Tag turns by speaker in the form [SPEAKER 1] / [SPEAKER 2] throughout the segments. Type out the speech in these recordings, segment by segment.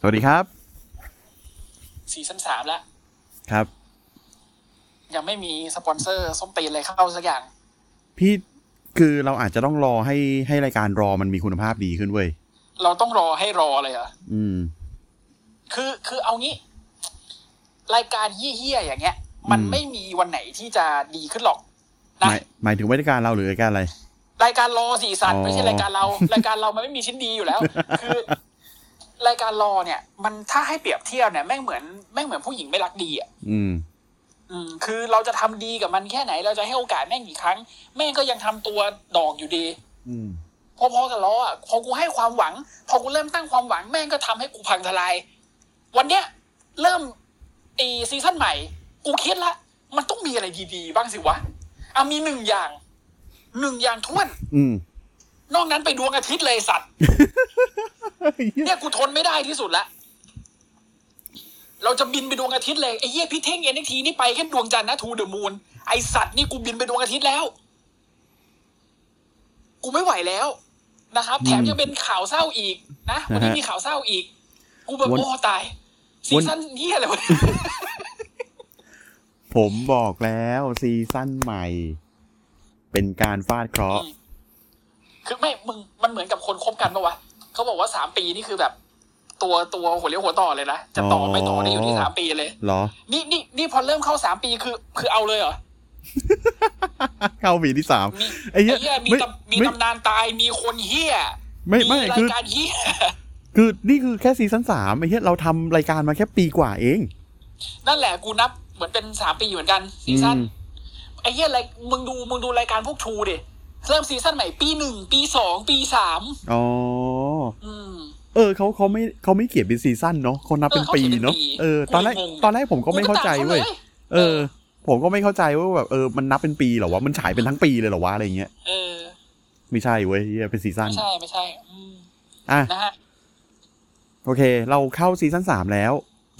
[SPEAKER 1] สวัสดีครับ
[SPEAKER 2] ซีซั่นสามแล้ว
[SPEAKER 1] ครับ
[SPEAKER 2] ยังไม่มีสปอนเซอร์ส้มตีนอะไรเข้าสักอย่าง
[SPEAKER 1] พี่คือเราอาจจะต้องรอให้ให้รายการรอมันมีคุณภาพดีขึ้นเว้ย
[SPEAKER 2] เราต้องรอให้รอเลยเหรอ
[SPEAKER 1] อืม
[SPEAKER 2] คือคือเอางี้ รายการเฮี้ยๆอย่างเงี้ย มัน
[SPEAKER 1] อืม
[SPEAKER 2] ไม่มีวันไหนที่จะดีขึ้นหรอก
[SPEAKER 1] ห
[SPEAKER 2] นะ
[SPEAKER 1] มายหมายถึงว่ารายการเราหรือรายการอะไร
[SPEAKER 2] รายการรอสีสัน
[SPEAKER 1] อ๋อ
[SPEAKER 2] ไม่ใช่รายการเรา รายการเรามันไม่มีชิ้นดีอยู่แล้ว คือ รายการรอเนี่ย มันถ้าให้เปรียบเทียบเนี่ยแม่งเหมือนแม่งเหมือนผู้หญิงไม่รักดีอ่ะ
[SPEAKER 1] อืม
[SPEAKER 2] อืม คือเราจะทำดีกับมันแค่ไหน เราจะให้โอกาสแม่งกี่ครั้ง แม่งก็ยังทำตัวดอกอยู่ดี
[SPEAKER 1] อืม
[SPEAKER 2] พอๆกับล้ออ่ะพอกูให้ความหวัง พอกูเริ่มตั้งความหวังแม่งก็ทำให้กูพังทลาย วันเนี้ยเริ่มไอีซีซั่นใหม่ กูคิดละ มันต้องมีอะไรดีๆ บ้างสิวะอ่ะมีหนึ่งอย่างหนึ่งอย่างท้วน
[SPEAKER 1] อืม
[SPEAKER 2] นอกนั้นไปดวงอาทิตย์เลยสัตว์เนี่ยกูทนไม่ได้ที่สุดละ เราจะบินไปดวงอาทิตย์เลยไอ้เหี้ยพี่เท่งเอ็นทีนี่ไปแค่ดวงจันทร์นะทูเดอะมูนไอสัตว์นี่กูบินไปดวงอาทิตย์แล้ว กูไม่ไหวแล้วนะครับ แถมยังเป็นข่าวเศร้าอีกนะวันนี้มีข่าวเศร้าอีก กูแบบ
[SPEAKER 1] วัน
[SPEAKER 2] โอ้ตายซีซั่นนี้ย อะไรวะ
[SPEAKER 1] ผมบอกแล้วซีซั่นใหม่ เป็นการฟาดเคราะห์
[SPEAKER 2] อืม คือไม่มึงมันเหมือนกับคนคบกันปะวะเขาบอกว่าสามปีนี่คือแบบ ตัวตัวหัวเลี้ยวหัวต่อเลยนะจะต่อไปต่อได้อยู่ที่สามปีเลย
[SPEAKER 1] เหรอ
[SPEAKER 2] นี่นี่นี่พอเริ่มเข้าสามปีคือ คือเอาเลยเหรอ
[SPEAKER 1] เข้าปีที่สาม
[SPEAKER 2] มี
[SPEAKER 1] ไอ้เหี้ย
[SPEAKER 2] ไอ้เหี้ยมี
[SPEAKER 1] ไม่
[SPEAKER 2] ตำมี
[SPEAKER 1] ไม่
[SPEAKER 2] ตำนานตายมีคนเฮี้ย
[SPEAKER 1] ไม่ไม่
[SPEAKER 2] รา
[SPEAKER 1] คื
[SPEAKER 2] ย
[SPEAKER 1] อ
[SPEAKER 2] การเฮี้ย
[SPEAKER 1] คือนี่คือแค่ซีซั่นสามไอ้เหี้ยเราทำรายการมาแค่ปีกว่าเอง
[SPEAKER 2] นั่นแหละกูนับเหมือนเป็นสามปีอยู่เหมือนกันซีซั่น
[SPEAKER 1] อืม
[SPEAKER 2] ไอ้เฮี้ยอะไรมึงดูมึงดูรายการพวกทรูดิเริ่มซีซั่นใหม่ปีหนึ่งปีสองปีสาม
[SPEAKER 1] อ๋อ
[SPEAKER 2] อืม
[SPEAKER 1] เออเขาเขาไม่เขาไม่เขียนเป็นซีซั่นเนาะเขานับเป็น
[SPEAKER 2] เออเขา
[SPEAKER 1] ปี
[SPEAKER 2] เขียนเป็น
[SPEAKER 1] เนาะ
[SPEAKER 2] ปี
[SPEAKER 1] เออตอนแรก
[SPEAKER 2] กูเลยงง
[SPEAKER 1] ตอนแรกผมก็ไม่เข้าใจ
[SPEAKER 2] กูก็ต
[SPEAKER 1] เว้ย
[SPEAKER 2] ข
[SPEAKER 1] เออ ผมก็ไม่เข้าใจว่าแบบเออมันนับเป็นปีเหรอวะมันฉายเป็นทั้งปีเลยเหรอวะอะไรเงี้ย
[SPEAKER 2] เออ
[SPEAKER 1] ไม่ใช่เว้ยเหี้ยเป็นซีซั่น
[SPEAKER 2] ไม่ใช่ไม่ใช่อืม
[SPEAKER 1] อ่ะ
[SPEAKER 2] นะฮะ
[SPEAKER 1] โอเค เราเข้าซีซั่นสามแล้ว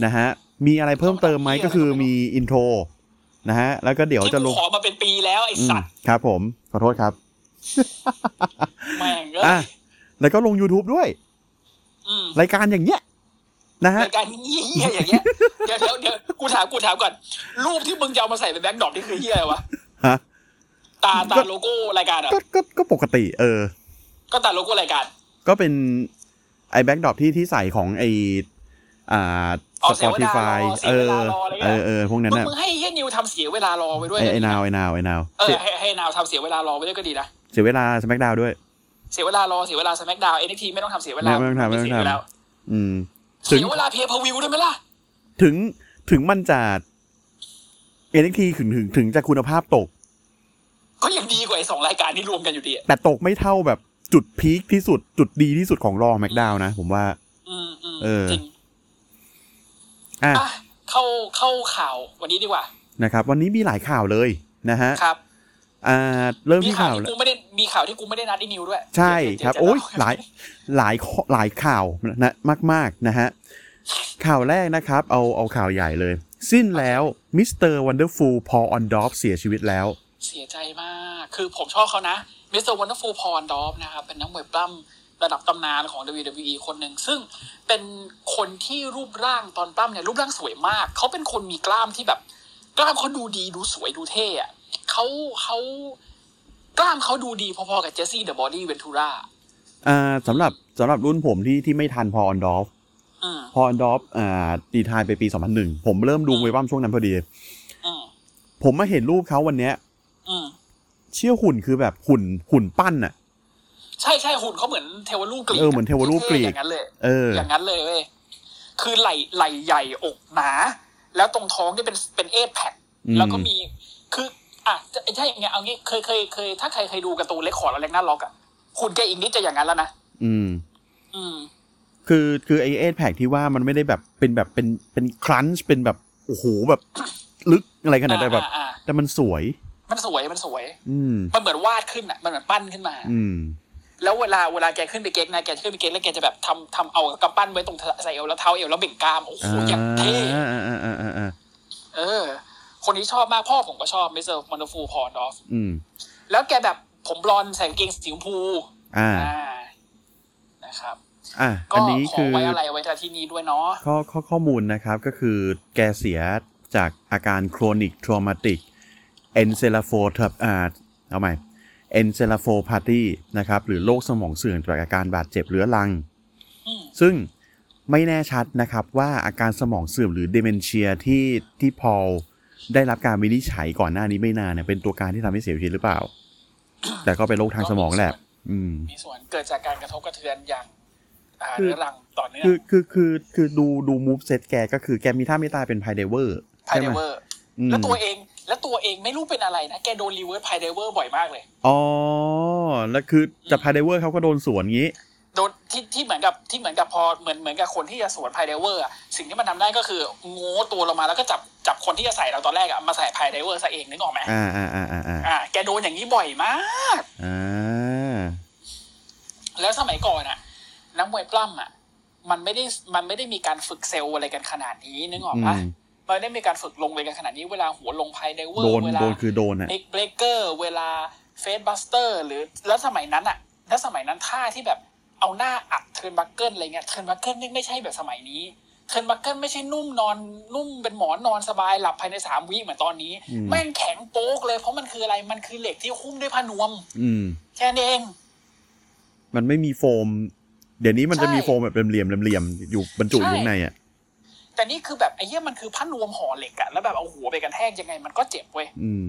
[SPEAKER 1] นะฮะมีอะไรเพิ่มเติมไหมก็คือมีอินโทรนะฮะแล้วก็เดี๋ยว
[SPEAKER 2] ที่
[SPEAKER 1] จะล
[SPEAKER 2] กู
[SPEAKER 1] ง
[SPEAKER 2] ขอมาเป็นปีแล้วไอ้
[SPEAKER 1] อืม
[SPEAKER 2] สัตว์
[SPEAKER 1] ครับผมขอโทษครับ
[SPEAKER 2] แม่งเอ้
[SPEAKER 1] อ่ะ
[SPEAKER 2] ย
[SPEAKER 1] แล้วก็ลง YouTube ด้วย
[SPEAKER 2] อืม
[SPEAKER 1] รายการอย่างเงี้ยนะฮะ
[SPEAKER 2] รายการเฮี้ยอย่างเงี้ย เดี๋ยวเดี๋ยวเดี๋ยวกูถามกูถามก่อน รูปที่มึงจะเอามาใส่เป็นแบ็คดรอปนี่คือเฮี้ยอะไรวะ
[SPEAKER 1] ฮะ
[SPEAKER 2] ตาตาโลโก้รายการเหรอ่ะ
[SPEAKER 1] ก็ก็ก็ปกติ เออ
[SPEAKER 2] ก็ตาโลโก้รายการ
[SPEAKER 1] ก็เป็นไอ้แบ็กดรอปที่ที่ใส่ของไอ้อ่า
[SPEAKER 2] อ๋อ
[SPEAKER 1] สปอติฟาย
[SPEAKER 2] เสี
[SPEAKER 1] เอย
[SPEAKER 2] เว
[SPEAKER 1] อ
[SPEAKER 2] ลารอเสียเวลารออะไรเงี้ย
[SPEAKER 1] เออเออพวกนั้น
[SPEAKER 2] มึง
[SPEAKER 1] น่ะ
[SPEAKER 2] มึงให้เฮี้ยนิวทำเสียเวลารอไปด้วย
[SPEAKER 1] ไอ้ไอ้นาวไอ้นาวไอ้นาว
[SPEAKER 2] เอ
[SPEAKER 1] เสี
[SPEAKER 2] อย ให้ให้นาวทำเสียเวลารอไปด้วยก็ดีนะ
[SPEAKER 1] เสียเวลาสมักดาวด้วย
[SPEAKER 2] เสียเวลารอเสียเวลาสแมกดาวเอ็นทีไม่ต้องทำเสียเวลา
[SPEAKER 1] ไม่ต้องทำไม่ต้องทำ
[SPEAKER 2] เสียเวลา
[SPEAKER 1] อืม ถึ
[SPEAKER 2] เสี
[SPEAKER 1] ง
[SPEAKER 2] ยเวลาเพย์พวิวได้ไหมล่ะ
[SPEAKER 1] ถึงถึงมันจะเอ็นทีถึงถึงถึงจะคุณภาพตก
[SPEAKER 2] ก็ยังดีกว่าไอ้สองรายการที่รวมกันอยู่ดีอะ
[SPEAKER 1] แต่ตกไม่เท่าแบบจุดพีคที่สุดจุดดีที่สุดของรอแม็กดาวนะ ผมว่า
[SPEAKER 2] อืมอืม
[SPEAKER 1] เออ
[SPEAKER 2] จริง
[SPEAKER 1] อ่ะ
[SPEAKER 2] อ่ะเข้าเข้าข่าววันนี้ดีกว่า
[SPEAKER 1] นะครับ วันนี้มีหลายข่าวเลยนะฮะ
[SPEAKER 2] ครับ
[SPEAKER 1] อ่าเริ่ม
[SPEAKER 2] มี
[SPEAKER 1] ที่
[SPEAKER 2] ข่าว
[SPEAKER 1] ข่าว
[SPEAKER 2] ที่
[SPEAKER 1] แล้ว
[SPEAKER 2] กูไม่ได้มีข่าวที่กูไม่ได้นัดไอ้นิวด้วย
[SPEAKER 1] ใช่ครับ
[SPEAKER 2] เดี๋วจะ
[SPEAKER 1] โอ้ยห
[SPEAKER 2] เล่า
[SPEAKER 1] ลายหลายข้อหลายข่าวนะมาก ๆ นะฮะ ข่าวแรกนะครับ เอาเอาข่าวใหญ่เลย สิ้นแล้วมิสเตอร์วันเดอร์ฟูลพอออนดอฟเสียชีวิตแล้ว
[SPEAKER 2] เสียใจมาก คือผมชอบเขานะ มิสเตอร์วันเดอร์ฟูลพรดอฟนะครับ เป็นนักมวยปล้ำระดับตำนานของ WWE คนหนึ่ง ซึ่งเป็นคนที่รูปร่างตอนปล้ำเนี่ยรูปร่างสวยมาก เขาเป็นคนมีกล้ามที่แบบ กล้ามเขาดูดีดูสวยดูเท่อะเขาเขากล้ามเขาดูดีพอๆกับเจสซี่เดอะบอดี้เวนทูรา
[SPEAKER 1] อ่าสำหรับสำหรับรุ่นผมที่ที่ไม่ทันพอออนดอฟ
[SPEAKER 2] อืม
[SPEAKER 1] พอดอฟอ่าดีทายไปปี 2001 ผมเริ่มดู
[SPEAKER 2] อืม
[SPEAKER 1] เวบัมช่วงนั้นพอดี
[SPEAKER 2] อืม
[SPEAKER 1] ผมมาเห็นรูปเขาวันเนี้ย
[SPEAKER 2] อืม
[SPEAKER 1] เชี่ยหุ่นคือแบบหุ่นหุ่นปั้นอะ
[SPEAKER 2] ใช่ใช่หุ่นเขาเหมือนเทวรูปกรีก
[SPEAKER 1] เออเหมือนเทวรูปกรีก
[SPEAKER 2] อย่างนั้นเลย
[SPEAKER 1] เออ
[SPEAKER 2] อย่างนั้นเลยเว้ย คือไหลไหลใหญ่อกหนา แล้วตรงท้องนี่เป็นเป็นเอทแพค
[SPEAKER 1] อืม
[SPEAKER 2] แล้วก็มี คืออ่ะจะใช่ไงเอางี้เคยเคยเคย ถ้าใครเคยดูการ์ตูนเล็กขอร์ดแล้วเล็กน่าล็อกอ่ะหุ่นแกอีกนิดจะอย่างนั้นแล้วนะ
[SPEAKER 1] อืม
[SPEAKER 2] อืม
[SPEAKER 1] คือคือไอเอทแพกที่ว่ามันไม่ได้แบบเป็นแบบเป็นเป็นครันช์เป็นแบบโอ้โหแบบ ลึกอะไรขนาดนั้นแต่แบบ
[SPEAKER 2] อ่าอ่าอ่า
[SPEAKER 1] แต่มันสวย
[SPEAKER 2] มันสวยมันสวย
[SPEAKER 1] อืม
[SPEAKER 2] มันเหมือนวาดขึ้นอ่ะมันเหมือนปั้นขึ้นมา
[SPEAKER 1] อืม
[SPEAKER 2] แล้วเวลาเวลาแกขึ้นไปเก๊กนะแกขึ้นไปเก๊กแล้วแกจะแบบทำทำเอากำปั้นไว้ตรงใส่เอวแล้วเท้าเอวแล้วเบ่งกรามโอ้โห
[SPEAKER 1] อ่า
[SPEAKER 2] อย่างเท่
[SPEAKER 1] อ่าอ่าอ่าอ่าอ่า
[SPEAKER 2] เออ คนนี้ชอบมากพ่อผมก็ชอบมิสเตอร์มันฟูพอนอฟ
[SPEAKER 1] อืม
[SPEAKER 2] แล้วแกแบบผมบลอนด์ใส่กางเกงสีชมพู
[SPEAKER 1] อ่า
[SPEAKER 2] อ่านะครับ
[SPEAKER 1] อ่ะ
[SPEAKER 2] ก็
[SPEAKER 1] อันนี้
[SPEAKER 2] ขอ
[SPEAKER 1] คือ
[SPEAKER 2] ไว้อะไรไว้ที่นี้ด้วยเนาะ
[SPEAKER 1] ข้อข้อข้อมูลนะครับก็คือแกเสียจากอาการ chronic traumatic encephalopathy อ่าเอาใหม่ encephalopathy นะครับ หรือโรคสมองเสื่อมจากอาการบาดเจ็บเรื้อรัง
[SPEAKER 2] อืม
[SPEAKER 1] ซึ่งไม่แน่ชัดนะครับว่าอาการสมองเสื่อมหรือ dementia ที่ที่พอลได้รับการวินิจฉัยก่อนหน้านี้ไม่นานเนี่ยเป็นตัวการที่ทำให้เสียชีวิตหรือเปล่า แต่ก็เป็นโรคทางสมองแหละ อืม
[SPEAKER 2] มีส่วนเกิดจากการกระทบกระเทือนอย่างอ่า
[SPEAKER 1] คือ
[SPEAKER 2] เรื้อรังต่อเนื่อง
[SPEAKER 1] คือคือคือคือดูดูมูฟเซตแกก็คือแกมีท่าไม่ตายเป็นไพเดเวอร์
[SPEAKER 2] ไพเดเวอร์
[SPEAKER 1] อืม
[SPEAKER 2] แล้วตัวเอง แล้วตัวเองไม่รู้เป็นอะไรนะแกโดนรีเวิร์สไพเดเวอร์บ่อยมากเลย
[SPEAKER 1] อ๋อ แล้วคือจะไพเดเวอร์เขาก็โดนสวนงี้
[SPEAKER 2] โดนที่ที่เหมือนกับที่เหมือนกับพอเหมือนเหมือนกับคนที่จะสวนไพเดเวอร์อะสิ่งที่มันทำได้ก็คือโง้ตัวลงมาแล้วก็จับจับคนที่จะใส่เราตอนแรกอะมาใส่ไพเดเวอร์ซะเองนึกออกไหม
[SPEAKER 1] อ่าอ่าอ่าอ่าอ่า
[SPEAKER 2] อ่าแกโดนอย่างนี้บ่อยมาก
[SPEAKER 1] อ่า
[SPEAKER 2] แล้วสมัยก่อนอะนักมวยปล้ำอะมันไม่ได้มันไม่ได้มีการฝึกเซลล์อะไรกันขนาดนี้นึกออก
[SPEAKER 1] อื
[SPEAKER 2] ปะ
[SPEAKER 1] ม
[SPEAKER 2] มันไม่ได้มีการฝึกลงเลยกันขนาดนี้เวลาหัวลงไพเดเวอ
[SPEAKER 1] โด
[SPEAKER 2] ร์
[SPEAKER 1] น
[SPEAKER 2] เวลา
[SPEAKER 1] โดนคือโดนอ่ะ
[SPEAKER 2] เอ็กเบรกเกอร์เวลาเฟสบัสเตอร์ หรือแล้วสมัยนั้นอะแล้วสมัยนั้นท่าที่แบบเอาหน้าอัดเทิร์นบักเกิลอะไรเงี้ยเทิร์นบักเกิลนี่ไม่ใช่แบบสมัยนี้เทิร์นบักเกิลไม่ใช่นุ่มนอนนุ่มเป็นหมอนนอนสบายหลับภายในสามวิเหมือนตอนนี้
[SPEAKER 1] อืม
[SPEAKER 2] แม่งแข็งโป๊กเลย เพราะมันคืออะไรมันคือเหล็กที่หุ้มด้วยผ้านวม
[SPEAKER 1] อืม
[SPEAKER 2] แค่นั้นเอง
[SPEAKER 1] มันไม่มีโฟม เดี๋ยวนี้มันจะมี
[SPEAKER 2] ใช่
[SPEAKER 1] โฟมแบบเหลี่ยมๆเหลี่ยมๆอยู่บรรจุ
[SPEAKER 2] ใช่
[SPEAKER 1] อยู่ข้างในอ่ะ
[SPEAKER 2] แต่นี่คือแบบไอ้เหี้ยมันคือผ้านวมห่อเหล็กอะแล้วแบบเอาหัวไปกันแทกยังไงมันก็เจ็บเว้ย
[SPEAKER 1] อืม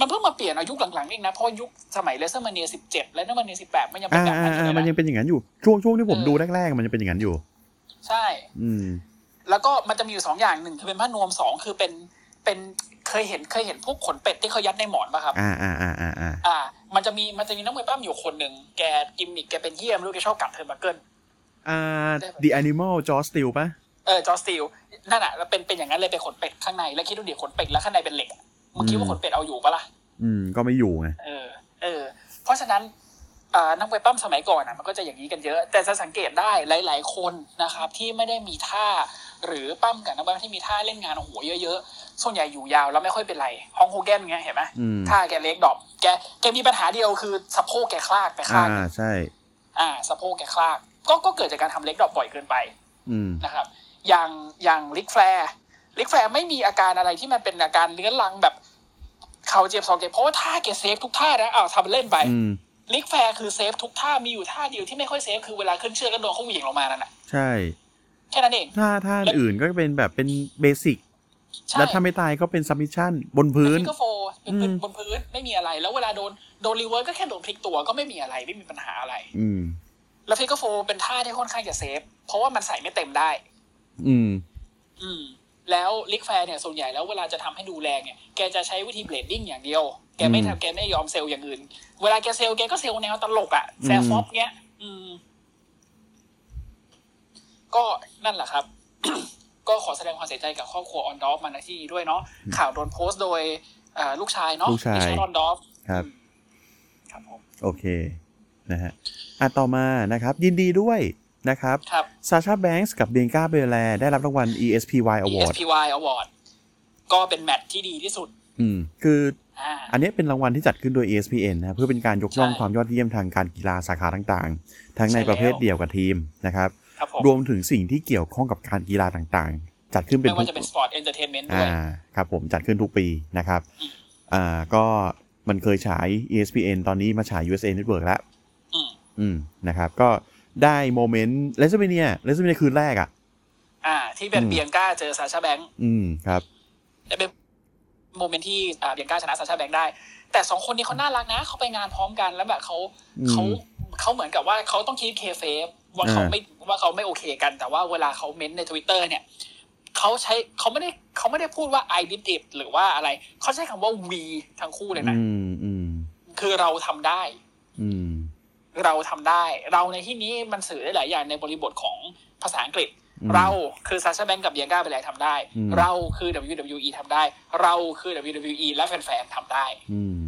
[SPEAKER 2] มันเพิ่งมาเปลี่ยนเอายุคหลังๆเองนะเพราะยุคสมัยเลเซอร์มาเนียสิบเจ็ดและเลเซอร์มาเนียสิบแปดมันยังเป็
[SPEAKER 1] อ่าน
[SPEAKER 2] แบบ
[SPEAKER 1] อ่า
[SPEAKER 2] นั้นอยู่
[SPEAKER 1] อ่า
[SPEAKER 2] เลย
[SPEAKER 1] มัน
[SPEAKER 2] นะ
[SPEAKER 1] ยังเป็นอย่างนั้นอยู่ ช่วงช่วงที่ผมดูแรกๆ มันยังเป็นอย่างนั้นอยู่
[SPEAKER 2] ใช่
[SPEAKER 1] อืม
[SPEAKER 2] แล้วก็มันจะมีอยู่สองอย่างหนึ่งคือเป็นผ้านวมสองคือเป็นเป็นเคยเห็นเคยเห็นพวกขนเป็ดที่เขายัดในหมอนป่ะครับ
[SPEAKER 1] อ่าอ่าอ่าอ่าอ่า
[SPEAKER 2] อ่า มันจะมีมันจะมีนักมวยปล้ำอยู่คนหนึ่งแกกิมมิกแกเป็นเยี่ยมรู้แกชอบกัดเทอร์นบักเกิล
[SPEAKER 1] อ่า The Animal Jaw Steel ปะ
[SPEAKER 2] เออจอสติลนั่นอ่ะแล้วเป็นเป็นอย่างนั้นเลยเป็นขนเป็ดข้างใน แล้วคิดดูดิขนเป็ดแล้วข้างในเป็นเหล็กอะมึงคิดว่าขนเป็ดเอาอยู่ปะล่ะ
[SPEAKER 1] อืม ก็ไม่อยู่ไง
[SPEAKER 2] เออ เออ เพราะฉะนั้นอ่านักมวยปั้มสมัยก่อนอ่ะมันก็จะอย่างนี้กันเยอะ แต่จะสังเกตได้หลาย ๆ คนนะครับ ที่ไม่ได้มีท่า หรือปั้มกับนักมวยที่มีท่าเล่นงานโอ้โหัวเยอะๆ ส่วนใหญ่อยู่ยาวแล้วไม่ค่อยเป็นไรฮองโฮแกนเงี้ยเห็นไหม
[SPEAKER 1] อืม
[SPEAKER 2] ท่าแกเล็กดอกแกแกมีปัญหาเดียวคือสะโพกแกคลากไปข้า
[SPEAKER 1] อ่าง
[SPEAKER 2] หนึ่ง
[SPEAKER 1] ใช่
[SPEAKER 2] อ่าสะโพกแกคลากก็ก็เกิดจากการทำเล็กดอกบ่อยเกินไป
[SPEAKER 1] อืม
[SPEAKER 2] นะครับอย่างอย่างลิกแฟร์ลิกแฟร์ไม่มีอาการอะไรที่มันเป็นอาการเลื้อนลังแบบเข่าเจ็บสองเจ็บเพราะว่าท่าเกเซฟทุกท่านะอ้าวทำเล่นไป
[SPEAKER 1] อืม
[SPEAKER 2] ลิกแฟร์คือเซฟทุกท่ามีอยู่ท่าเดียวที่ไม่ค่อยเซฟคือเวลาขึ้นเชือกก็โดนเขาเหวี่ยงลงมานั่นแหะ
[SPEAKER 1] ใช่
[SPEAKER 2] แค่นั้นเอง
[SPEAKER 1] ถ้าถ้าอื่นก็เป็นแบบเป็นเบสิก
[SPEAKER 2] ใช่
[SPEAKER 1] แล้วถ้าไม่ตายก็เป็น submission บนพื้น
[SPEAKER 2] ฟิกเกอร์โฟร์เป็นพื้น
[SPEAKER 1] อืม
[SPEAKER 2] บนพื้นไม่มีอะไร แล้วเวลาโดนโดนรีเวิร์สก็แค่โดนพลิกตัวก็ไม่มีอะไรไม่มีปัญหาอะไร
[SPEAKER 1] อืม
[SPEAKER 2] แล้วฟิกเกอร์โฟร์เป็นท่าที่ค่อนข้างจะเซฟเพราะว่ามันใส่ไม่เต็มได้
[SPEAKER 1] อืม
[SPEAKER 2] อืมแล้วลิกแฟร์เนี่ยส่วนใหญ่แล้วเวลาจะทำให้ดูแรงเนี่ยแกจะใช้วิธีเบลดดิ้งอย่างเดียว แกไม่
[SPEAKER 1] อืม
[SPEAKER 2] ทำแกไม่ยอมเซลล์อย่างอื่น เวลาแกเซลล์แกก็เซลล์แนวตลกอะ่ะแซฟฟอปเงี้ย อืม ก็นั่นแหละครับ ก็ขอแสดงความเสียใจกับครอบครัวออนดอฟมาณที่นี้ด้วยเนาะข่าวโดนโพสต์โดยเอ่อลูกชายเนาะ
[SPEAKER 1] ลูกชาย
[SPEAKER 2] ริชาร์ดออนดอฟ
[SPEAKER 1] ครับ
[SPEAKER 2] ครับผม
[SPEAKER 1] โอเค นะฮะ อ่ะต่อมานะครับ ยินดีด้วยนะครับ
[SPEAKER 2] ครับ
[SPEAKER 1] ซาชาแบงก์กับเบียงกาเบลแลได้รับรางวัล ESPY Award
[SPEAKER 2] ESPY Award ก็เป็นแมตช์ที่ดีที่สุด
[SPEAKER 1] อืม คือ
[SPEAKER 2] อ่า
[SPEAKER 1] อันเนี้ยเป็นรางวัลที่จัดขึ้นโดย ESPN นะเพื่อเป็นการยกย่อง
[SPEAKER 2] ใช่
[SPEAKER 1] ความยอดเยี่ยมทางการกีฬาสาขาต่างๆ ทั้งใน
[SPEAKER 2] ใช่แล้ว
[SPEAKER 1] ประเภทเดียวกับทีมนะครับ
[SPEAKER 2] ครับผม
[SPEAKER 1] รวมถึงสิ่งที่เกี่ยวข้องกับการกีฬาต่างๆ จัดขึ้นเป็น
[SPEAKER 2] ไม่
[SPEAKER 1] ทุ
[SPEAKER 2] ว่าจะ
[SPEAKER 1] ก
[SPEAKER 2] เป็นสปอร์ตเอนเตอร์เทนเมนต์ด้
[SPEAKER 1] อ่า
[SPEAKER 2] วย
[SPEAKER 1] ครับผมจัดขึ้นทุกปีนะครับ อ่าก็มันเคยฉาย ESPN ตอนนี้มาฉาย USA Network แล้ว
[SPEAKER 2] อืม
[SPEAKER 1] อืมนะครับ ก็ได้โมเมนต์เลสเบเนียเลสเบเนียคืนแรกอ่ะ
[SPEAKER 2] อ่า ที่เป็น
[SPEAKER 1] อืม
[SPEAKER 2] เบียงก้าเจอซาชาแบงค์
[SPEAKER 1] อืมครับ
[SPEAKER 2] จะเป็นโมเมนต์ที่อ่าเบียงก้าชนะซาชาแบงค์ได้ แต่สองคนนี้เขาน่ารักนะเขาไปงานพร้อมกันแล้วแบบเขา
[SPEAKER 1] อืม
[SPEAKER 2] เขาเขาเหมือนกับว่าเขาต้องคิดเคเฟฟว่าเขา
[SPEAKER 1] อ่า
[SPEAKER 2] ไม่ว่าเขาไม่โอเคกัน แต่ว่าเวลาเขาเม้นในทวิตเตอร์เนี่ยเขาใช้เขาไม่ได้เขาไม่ได้พูดว่า I did it หรือว่าอะไร เขาใช้คำว่า we ทั้งคู่เลยนะ
[SPEAKER 1] อืมอืม
[SPEAKER 2] คือเราทำได้
[SPEAKER 1] อืม
[SPEAKER 2] เราทำได้ เราในที่นี้มันสื่อได้หลายอย่างในบริบทของภาษาอังกฤษ
[SPEAKER 1] อืม
[SPEAKER 2] เราคือซาชาแบงกับเบียงก้าเบลทำได้
[SPEAKER 1] อืม
[SPEAKER 2] เราคือ WWE ทำได้ เราคือ WWE และแฟนๆทำได้
[SPEAKER 1] อืม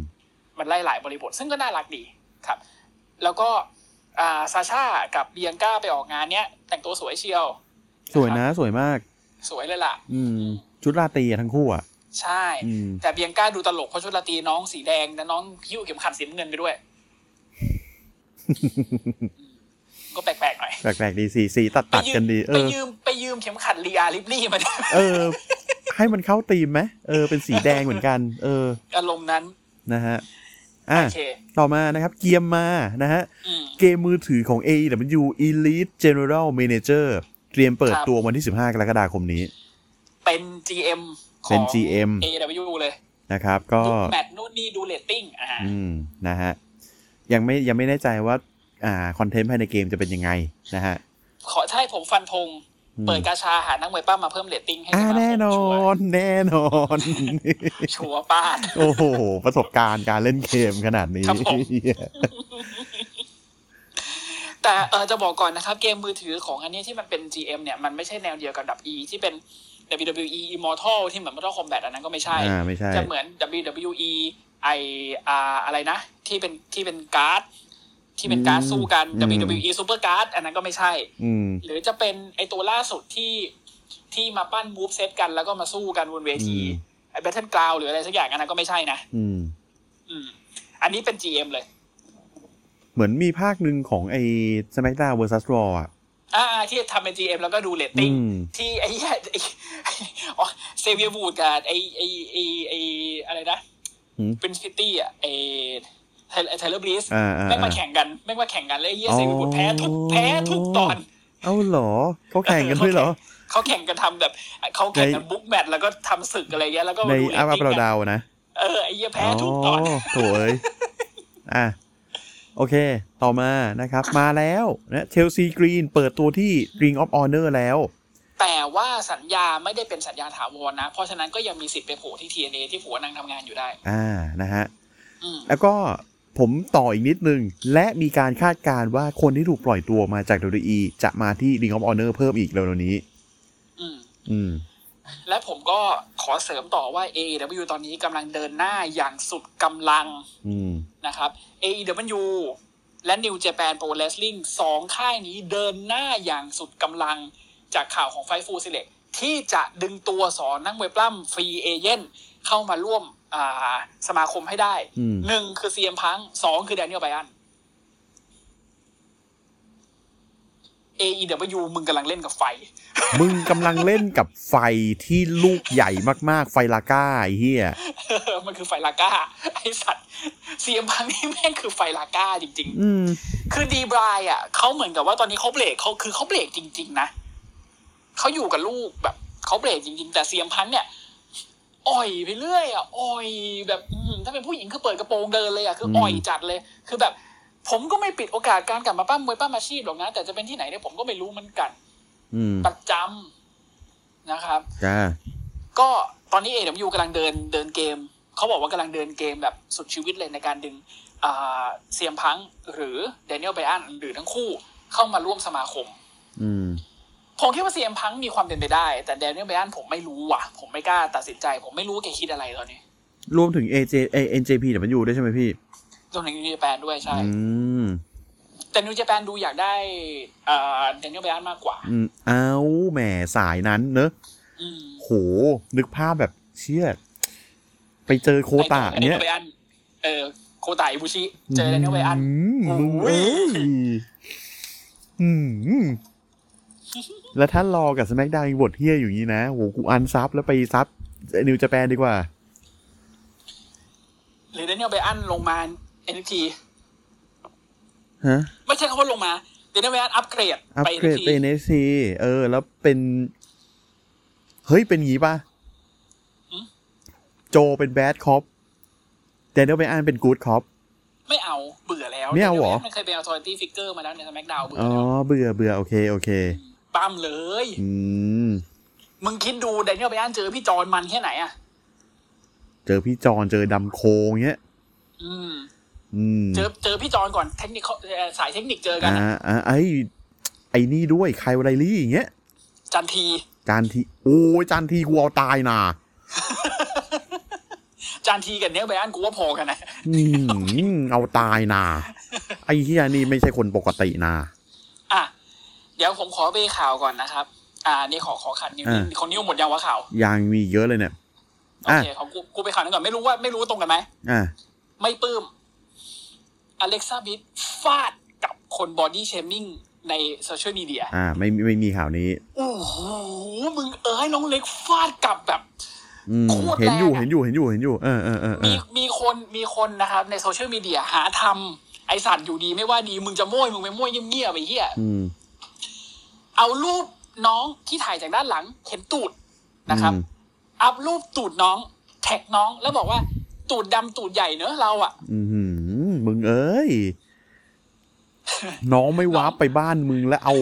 [SPEAKER 2] มันไล่หลายบริบทซึ่งก็น่ารักดีครับ แล้วก็ซาชา Sasha กับเบียงก้าไปออกงานเนี้ย แต่งตัวสวยเชียว
[SPEAKER 1] สวยนะสวยมาก
[SPEAKER 2] สวยเลยล่ะ
[SPEAKER 1] อืม ชุดราตรีอะทั้งคู่อ่ะ
[SPEAKER 2] ใช่
[SPEAKER 1] อืม
[SPEAKER 2] แต่เบียงก้าดูตลกเพราะชุดราตรีน้องสีแดงแต่น้องยิ้วเข็มขัดสีน้ำเงินไป ด้วย ก็แปลกๆหน่อย
[SPEAKER 1] แปลกๆดีสีสีตัดตัด
[SPEAKER 2] ไปยื
[SPEAKER 1] กัน
[SPEAKER 2] ม
[SPEAKER 1] ดี เอ
[SPEAKER 2] ไป
[SPEAKER 1] อ
[SPEAKER 2] ยืมไปยืมเข็มขัดลีอาลิปลี่มาด้วย
[SPEAKER 1] เออ ให้มันเข้าธีมไหมเออ เป็นสีแดงเหมือนกัน เออ
[SPEAKER 2] อารมณ์นั้น
[SPEAKER 1] นะฮะ อ่ะ
[SPEAKER 2] โอเค
[SPEAKER 1] ต่อมานะครับ เกียมมา นะฮะ
[SPEAKER 2] อืม
[SPEAKER 1] เกมมือถือของ AEW Elite General Manager เตรียมเปิด
[SPEAKER 2] ครับ
[SPEAKER 1] ตัววันที่ 15 กรกฎาคมนี้
[SPEAKER 2] เป็น GM ข
[SPEAKER 1] เป็
[SPEAKER 2] อน ง
[SPEAKER 1] GM
[SPEAKER 2] AW เลย
[SPEAKER 1] นะครับ ก็
[SPEAKER 2] ดูแมตช์นู่นนี่ดูเรตติ้งอ่า
[SPEAKER 1] อืม นะฮะ ยังไม่ยังไม่แน่ใจว่า อ่า คอนเทนต์ภายในเกมจะเป็นยังไง นะฮะ
[SPEAKER 2] ขอใช่ผมฟันธง
[SPEAKER 1] อืม
[SPEAKER 2] เปิดกาชาหานักมวยป้ามาเพิ่มเรตติ้งให้
[SPEAKER 1] อ่า
[SPEAKER 2] สมาคม
[SPEAKER 1] แน่นอ
[SPEAKER 2] ชัวร์
[SPEAKER 1] น แน่นอน
[SPEAKER 2] ชัวร์ป้า
[SPEAKER 1] โอ้โห ประสบการณ์การเล่นเกมขนาดนี้
[SPEAKER 2] ครับผม แต่เออจะบอกก่อนนะครับ เกมมือถือของอันนี้ที่มันเป็น GM เนี่ย มันไม่ใช่แนวเดียวกับดับ E ที่เป็น WWE Immortal ที่เหมือน Mortal Kombat อันนั้นก็ไม่ใช่
[SPEAKER 1] อ่า ไม่ใช่
[SPEAKER 2] จะเหมือน WWE ไออาอะไรนะ ที่เป็นที่เป็นการ์ด ที่เป็นการ์ดสู้กัน
[SPEAKER 1] อืม
[SPEAKER 2] WWE Super Card อันนั้นก็ไม่ใช่
[SPEAKER 1] อืม
[SPEAKER 2] หรือจะเป็นไอตัวล่าสุดที่ที่มาปั้นมูฟเซตกันแล้วก็มาสู้กันบนเวที
[SPEAKER 1] อืม
[SPEAKER 2] ไอแบทเทิลกราวหรืออะไรสักอย่างอันนั้นก็ไม่ใช่นะ
[SPEAKER 1] อืม
[SPEAKER 2] อืม อันนี้เป็น GM เลย
[SPEAKER 1] เหมือนมีภาคหนึ่งของไอ้ SmackDown vs Raw อ่ะ
[SPEAKER 2] อ่าที่ทำเป็น GM แล้วก็ดูเรตติ้ง
[SPEAKER 1] อืม
[SPEAKER 2] ที่ไอ้เหี้ย ไอ้อ๋อเซเวียร์วูดกับไอ้ไอ้ไอ้ไอ้อะไรนะ
[SPEAKER 1] หืม
[SPEAKER 2] เป็นซิตี้อ่ะไอ้ไทไทเลอร์บลิส
[SPEAKER 1] อ่าอ่า
[SPEAKER 2] แม่งมา
[SPEAKER 1] อ่า
[SPEAKER 2] แข่งกันแม่งมาแข่งกันแล้วไอ้เหี้ย
[SPEAKER 1] อ๋อ
[SPEAKER 2] เซเวียร์วูดแพ้ทุกแพ้ทุกตอน
[SPEAKER 1] เอ้าเหรอเขาแข่งกันด้วยเหรอ
[SPEAKER 2] เขาแข่งกันทำแบบเขาแข่งกัน
[SPEAKER 1] ใน
[SPEAKER 2] บุ๊กแมตช์แล้วก็ทำศึกอะไรเงี้ยแล้วก็
[SPEAKER 1] ใน
[SPEAKER 2] มาดูเรต
[SPEAKER 1] อัพอัพ
[SPEAKER 2] ติ้ง
[SPEAKER 1] เรา
[SPEAKER 2] กัน
[SPEAKER 1] ดาวนะ
[SPEAKER 2] เออไอ้เหี้ย
[SPEAKER 1] อ๋
[SPEAKER 2] แพ้
[SPEAKER 1] อ
[SPEAKER 2] ทุกตอน
[SPEAKER 1] โถเอ้ย อ่ะ โอเค ต่อมานะครับ มาแล้วนะเชลซีกรีนเปิดตัวที่ Ring of Honor แล้ว
[SPEAKER 2] แต่ว่าสัญญาไม่ได้เป็นสัญญาถาวรนะ เพราะฉะนั้นก็ยังมีสิทธิ์ไปโผล่ที่ TNA ที่ผัวนางทำงานอยู่ได้
[SPEAKER 1] อ่า นะฮะ
[SPEAKER 2] อืม
[SPEAKER 1] แล้วก็ผมต่ออีกนิดนึง และมีการคาดการณ์ว่าคนที่ถูกปล่อยตัวมาจาก WWE จะมาที่ Ring of Honor เพิ่มอีกเร็วๆนี้
[SPEAKER 2] อืม
[SPEAKER 1] อืม
[SPEAKER 2] และผมก็ขอเสริมต่อว่า AEW ตอนนี้กำลังเดินหน้าอย่างสุดกำลัง
[SPEAKER 1] อืม
[SPEAKER 2] นะครับ AEW และ New Japan Pro Wrestling สองค่ายนี้เดินหน้าอย่างสุดกำลังจากข่าวของไฟฟูซิเล็กที่จะดึงตัวสอนนักมวยปล้ำฟรีเอเย่นเข้ามาร่วมอ่าสมาคมให้ได้
[SPEAKER 1] อืม
[SPEAKER 2] หนึ่งคือซีเอ็มพังสองคือแดเนียลไบอัน AEW มึงกำลังเล่นกับไฟ
[SPEAKER 1] มึงกำลังเล่นกับไฟที่ลูกใหญ่มากๆ ไฟลาก้าไอ้เหี้ย
[SPEAKER 2] เออ มันคือไฟลาก้า ไอสัตว์เสียงพังนี่แม่งคือไฟลาก้าจริง
[SPEAKER 1] อืม
[SPEAKER 2] ๆ คือดีบรายอ่ะเขาเหมือนกับว่าตอนนี้เขาเบรกเขาคือเขาเบรกจริง ๆ นะเขาอยู่กับลูกแบบเขาเบรกจริง ๆ แต่เสียงพันเนี่ยอ่อยไปเรื่อยอ่ะอ่อยแบบอืมถ้าเป็นผู้หญิงคือเปิดกระโปรงเดินเลยอ่ะคืออ่อย
[SPEAKER 1] อืม
[SPEAKER 2] จัดเลย คือแบบ ผมก็ไม่ปิดโอกาสการกลับมาปั้มมวยปั้มอาชีพหรอกนะ แต่จะเป็นที่ไหนเนี่ยผมก็ไม่รู้เหมือนกัน
[SPEAKER 1] อืม
[SPEAKER 2] ประจำนะครับ
[SPEAKER 1] จ้า
[SPEAKER 2] ก็ตอนนี้ AW กำลังเดินเดินเกม เขาบอกว่ากำลังเดินเกมแบบสุดชีวิตเลยในการดึงเซียมพังหรือเดน i e l ลไบอันหรือทั้งคู่เข้ามาร่วมสมาคม
[SPEAKER 1] อืม
[SPEAKER 2] ผมคิดว่าเซียมพังมีความเป็นไปได้ แต่เดน i e l ลไบอันผมไม่รู้ว่ะ ผมไม่กล้าตัดสินใจ ผมไม่รู้ว่าแกคิดอะไรตอนนี้
[SPEAKER 1] รวมถึง AJ เอ่อ NJP เดี๋ยวมันอยู่ด้วยใช่ไหมพี่
[SPEAKER 2] รวมถึงนิวจแปนด้วยใช่
[SPEAKER 1] อืม
[SPEAKER 2] แต่นิวจแปนดูอยากได้เดน i e l ลไบอันมากกว่า
[SPEAKER 1] อืม เอาแหมสายนั้นเนอะ
[SPEAKER 2] อืม
[SPEAKER 1] โห นึกภาพแบบเชี่ยไปเจอโคตะเนี้ย
[SPEAKER 2] ไอ้ Daniel Bryan เออโคตาอิบุชิเจอเดน i e l ลไบอัน
[SPEAKER 1] ม
[SPEAKER 2] โอ้
[SPEAKER 1] มึง
[SPEAKER 2] โห
[SPEAKER 1] เอ้ยอืม แล้วถ้ารอกับสแมกดาวบทเฮี้ยอยู่อย่างนี้นะโหกูอันซับแล้วไปซับนิวจแปนดีกว่า
[SPEAKER 2] หรือเดน i e l ลไบอันลงมา NXT
[SPEAKER 1] ฮะ
[SPEAKER 2] ไม่ใช่คำว่าลงมาเดน i e l ลไบอันอัปเกรด
[SPEAKER 1] อัป
[SPEAKER 2] ไป
[SPEAKER 1] เกรด
[SPEAKER 2] NXT
[SPEAKER 1] เป็น NXT เออ แล้วเป็น เฮ้ย เป็นงี้ป่ะ
[SPEAKER 2] หืม
[SPEAKER 1] โจเป็นแบดคอปแดเนียลไบอันเป็นกู๊ดคอป
[SPEAKER 2] ไม่เอาเบื่อแล้ว
[SPEAKER 1] ไม่เอาเหรอ
[SPEAKER 2] ดี๋ยวนี้มันเคยเป็น authority figure มาแล้วใน SmackDown เบื่อ
[SPEAKER 1] อ๋อ
[SPEAKER 2] แล้ว
[SPEAKER 1] เบื่อเบื่อโอเค โอเค
[SPEAKER 2] ปั้มเลย
[SPEAKER 1] อืม
[SPEAKER 2] มึงคิดดู d ด n น e l ลไบอันเจอพี่จอนมันแค่ไหนอ่ะ
[SPEAKER 1] เจอพี่จอนเจอดำโคงเงี้ย
[SPEAKER 2] อืม
[SPEAKER 1] อืม
[SPEAKER 2] เจอเจอพี่จอนก่อนเทคนิคเอ่อสายเทคนิคเจอกัน
[SPEAKER 1] อ่า
[SPEAKER 2] อะ
[SPEAKER 1] อ่าไอ้ไอ้นี่ด้วยไคลไรลี่อย่างเงี้ย
[SPEAKER 2] จันที
[SPEAKER 1] จานทีโอ้ยจานทีกูเอาตายนะ
[SPEAKER 2] จานทีกับเนี้ยไบอันกูว่าพอกันนะ
[SPEAKER 1] อืมเอาตายนะไอ้เฮียนี่ไม่ใช่คนปกตินะ
[SPEAKER 2] อ่ะ เดี๋ยวผมขอไปข่าวก่อนนะครับ อ่า นี่ขอขอขัดนิ้วนิด
[SPEAKER 1] อ่า
[SPEAKER 2] ของนิ้วหมดยังวะข่าว
[SPEAKER 1] ยางมีเยอะเลยเนี่ย
[SPEAKER 2] โอเคของกูกูไปข่าวนึงก่อนไม่รู้ว่าไม่รู้ว่าตรงกันไหม
[SPEAKER 1] อ่ะ
[SPEAKER 2] ไม่ปลื้มอเล็กซาบิทฟาดกับคนบอดี้เชมิ่งในโซเชียลมีเดีย
[SPEAKER 1] อ่า ไม่ไม่มีข่าวนี้
[SPEAKER 2] โอ้โหมึงเอ้ยน้องเล็กฟาดกับแบบ
[SPEAKER 1] อืม
[SPEAKER 2] โคตร
[SPEAKER 1] เห็นอยู่
[SPEAKER 2] แรงอะ
[SPEAKER 1] เห็นอยู่เห็นอยู่เห็นอยู่เออเออเออเอ
[SPEAKER 2] มี
[SPEAKER 1] อ
[SPEAKER 2] มีคนมีคนนะครับ ในโซเชียลมีเดียหาทำไอสัตว์อยู่ดีไม่ว่าดี มึงจะโม้ยมึงไปโม้ยเงียบๆไปเฮีย
[SPEAKER 1] อืม
[SPEAKER 2] เอารูปน้องที่ถ่ายจากด้านหลังเห็นตูดนะครับ
[SPEAKER 1] อืม
[SPEAKER 2] อัพรูปตูดน้องแท็กน้องแล้วบอกว่า ตูดดำตูดใหญ่เนอะเราอะ
[SPEAKER 1] อืมมึงเอ้ย น้องไม่ว้าร์ปไปบ้านมึงแล้วเอา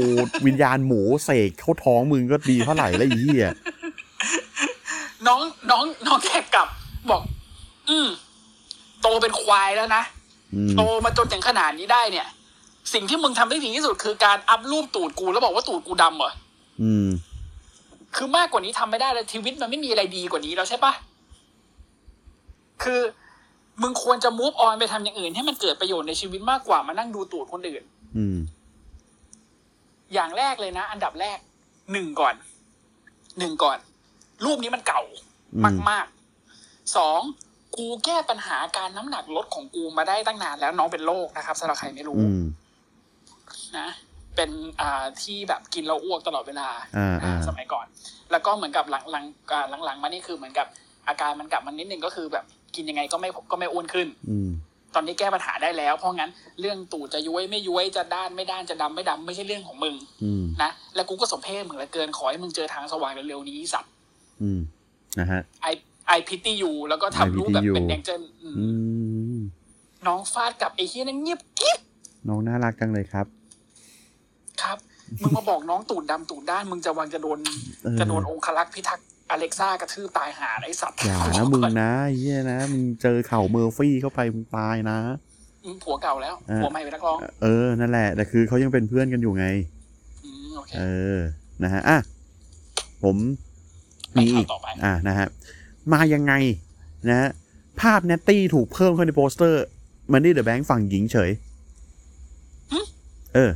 [SPEAKER 1] วิญญาณหมูเสกเข้าท้องมึงก็ดีเท่าไหร่แล้วไอ้เหี้ย
[SPEAKER 2] น้องน้องน้องแท็กกลับ บอก อืมโตเป็นควายแล้วนะ
[SPEAKER 1] อืม
[SPEAKER 2] โตมาจนถึงขนาดนี้ได้เนี่ย สิ่งที่มึงทำได้ดีที่สุดคือการอัพรูปตูดกูแล้วบอกว่าตูดกูดำเหรอ
[SPEAKER 1] อืม
[SPEAKER 2] คือมากกว่านี้ทำไม่ได้แล้วชีวิตมันไม่มีอะไรดีกว่านี้แล้วใช่ปะคือมึงควรจะ move on ไปทำอย่างอื่น ให้มันเกิดประโยชน์ในชีวิตมากกว่ามานั่งดูตูดคนอื่น
[SPEAKER 1] อืม
[SPEAKER 2] อย่างแรกเลยนะ อันดับแรกหนึ่งก่อนหนึ่งก่อน รูปนี้มันเก่า
[SPEAKER 1] อืม
[SPEAKER 2] มากๆสองกูแก้ปัญหาการน้ำหนักลดของกูมาได้ตั้งนานแล้วน้องเป็นโรคนะครับสำหรับใครไม่รู้
[SPEAKER 1] อืม
[SPEAKER 2] นะเป็นอ่าที่แบบกินแล้วอ้วกตลอดเวลา
[SPEAKER 1] อ่าอ่า
[SPEAKER 2] สมัยก่อน แล้วก็เหมือนกับหลังหลังอ่าหลังๆมานี่คือเหมือนกับอาการมันกลับมันนิดนึงก็คือแบบกินยังไงก็ไม่ก็ไม่อ้วนขึ้น
[SPEAKER 1] อืม
[SPEAKER 2] ตอนนี้แก้ปัญหาได้แล้ว เพราะงั้นเรื่องตู่จะย้วยไม่ย้วยจะด้านไม่ด้านจะดำไม่ดำไม่ใช่เรื่องของมึง
[SPEAKER 1] อืม
[SPEAKER 2] นะแล้วกูก็สมเพศมึงเหลือเกินขอให้มึงเจอทางสว่างเร็วๆนี้สัตว์
[SPEAKER 1] อืม นะฮะ
[SPEAKER 2] ไอไอพิตี้ยูแล้วก็ทำรูปแบบ
[SPEAKER 1] I pity you
[SPEAKER 2] เป็นแดงเจนอืม
[SPEAKER 1] อืม
[SPEAKER 2] น้องฟาดกับไอเฮียนั่นเงียบกิ๊บ
[SPEAKER 1] น้องน่ารักจังเลยครับ
[SPEAKER 2] ครับ มึงมาบอกน้องตูดดำตูดด้าน มึงจะวังจะโดน
[SPEAKER 1] เออ
[SPEAKER 2] จะโดนองคลักษ์พิทักษ์อเล็กซ่ากระทืบตายหาไอสัตว์
[SPEAKER 1] อย่า นะมึงนะไอ้เฮียนะมึงเจอเข่าเมอร์ฟี่เข้าไปมึงตายนะ
[SPEAKER 2] อืมผัวเก่าแล้ว
[SPEAKER 1] อ่า
[SPEAKER 2] ผัวใหม่เป็นนักร้อง
[SPEAKER 1] เออ นั่นแหละ แต่คือเขายังเป็นเพื่อนกันอยู่ไง
[SPEAKER 2] อืมโอเค
[SPEAKER 1] เออ นะฮะ อ่ะ ผม
[SPEAKER 2] ไป
[SPEAKER 1] มี
[SPEAKER 2] ข่า
[SPEAKER 1] อี
[SPEAKER 2] ว
[SPEAKER 1] ก
[SPEAKER 2] ต่อไป
[SPEAKER 1] อ่ะ นะฮะ มายังไง นะฮะ ภาพแนตตี้ถูกเพิ่มเข้าในโปสเตอร์ มันนี่เดอะแบงค์ฝั่งหญิงเฉย
[SPEAKER 2] หึ
[SPEAKER 1] เออ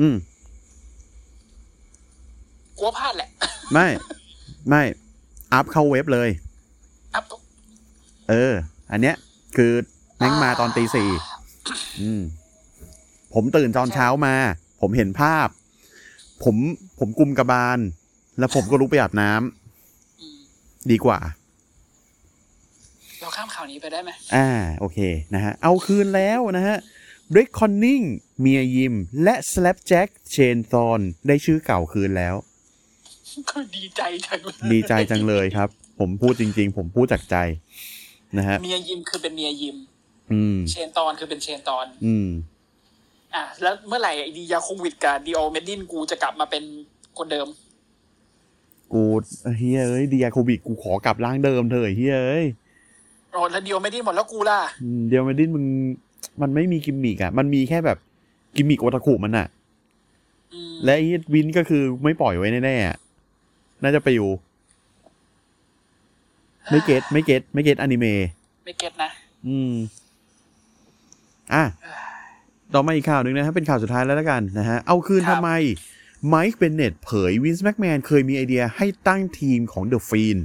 [SPEAKER 1] อืม
[SPEAKER 2] กลัวพลาดแหละ
[SPEAKER 1] ไม่ ไม่ อัพเข้าเว็บเลย
[SPEAKER 2] อัพ
[SPEAKER 1] เออ อันเนี้ย คือแม่งมาตอนตีสี่อืม ผมตื่นตอนเช้ามา ผมเห็นภาพ ผมผมกุมกระบาล แล้วผมก็ลุกไปอาบน้ำ
[SPEAKER 2] อืม
[SPEAKER 1] ดีกว่า
[SPEAKER 2] เราข้ามข่าวนี้ไปได้ไหม
[SPEAKER 1] อ่า โอเค นะฮะ เอาคืนแล้วนะฮะ b r e a k Conning เมียยิม และ Slapjack เชนซอนได้ชื่อเก่าคืนแล้ว
[SPEAKER 2] ก็ดีใจจังเลย
[SPEAKER 1] ดีใจจังเลยครับ ผมพูดจริง ๆ ผมพูดจากใจ นะฮะ
[SPEAKER 2] เมียยิมคือเป็นเมียยิม
[SPEAKER 1] อืม
[SPEAKER 2] เชนตอนคือเป็นเชนตอน
[SPEAKER 1] อืม
[SPEAKER 2] อ่ะแล้วเมื่อไหร่ไอดียาโควิดกับดีออลเมดดินกูจะกลับมาเป็นคนเดิม
[SPEAKER 1] กูเฮียเอ้ยเดียโคบิกกูขอกลับร่างเดิมเถอะไอ้เฮียเอ้ย
[SPEAKER 2] โรดแล้วดีออลเมดดินหมดแล้วกูล่ะ
[SPEAKER 1] อืมเดียวมาดินมึงมันไม่มีกิมมิกอะมันมีแค่แบบกิมมิกโอตาคุมันอะ
[SPEAKER 2] อืม
[SPEAKER 1] และไอ้เหี้ยวินก็คือไม่ปล่อยไว้แน่ๆอะน่าจะไปอยู่ ไม่เก็ตไม่เก็ตไม่เก็ตอนิเมะ
[SPEAKER 2] ไม่เก็ตนะ
[SPEAKER 1] อืม อ่ะ ต่อมาอีกข่าวหนึ่งนะครับเป็นข่าวสุดท้ายแล้วละกันนะฮะ เอาคืน
[SPEAKER 2] ครั
[SPEAKER 1] ทำ
[SPEAKER 2] บ
[SPEAKER 1] ไมไมค์เบนเน็ตเผยวินส์แม็กแมนเคยมีไอเดียให้ตั้งทีมของเดอะฟีน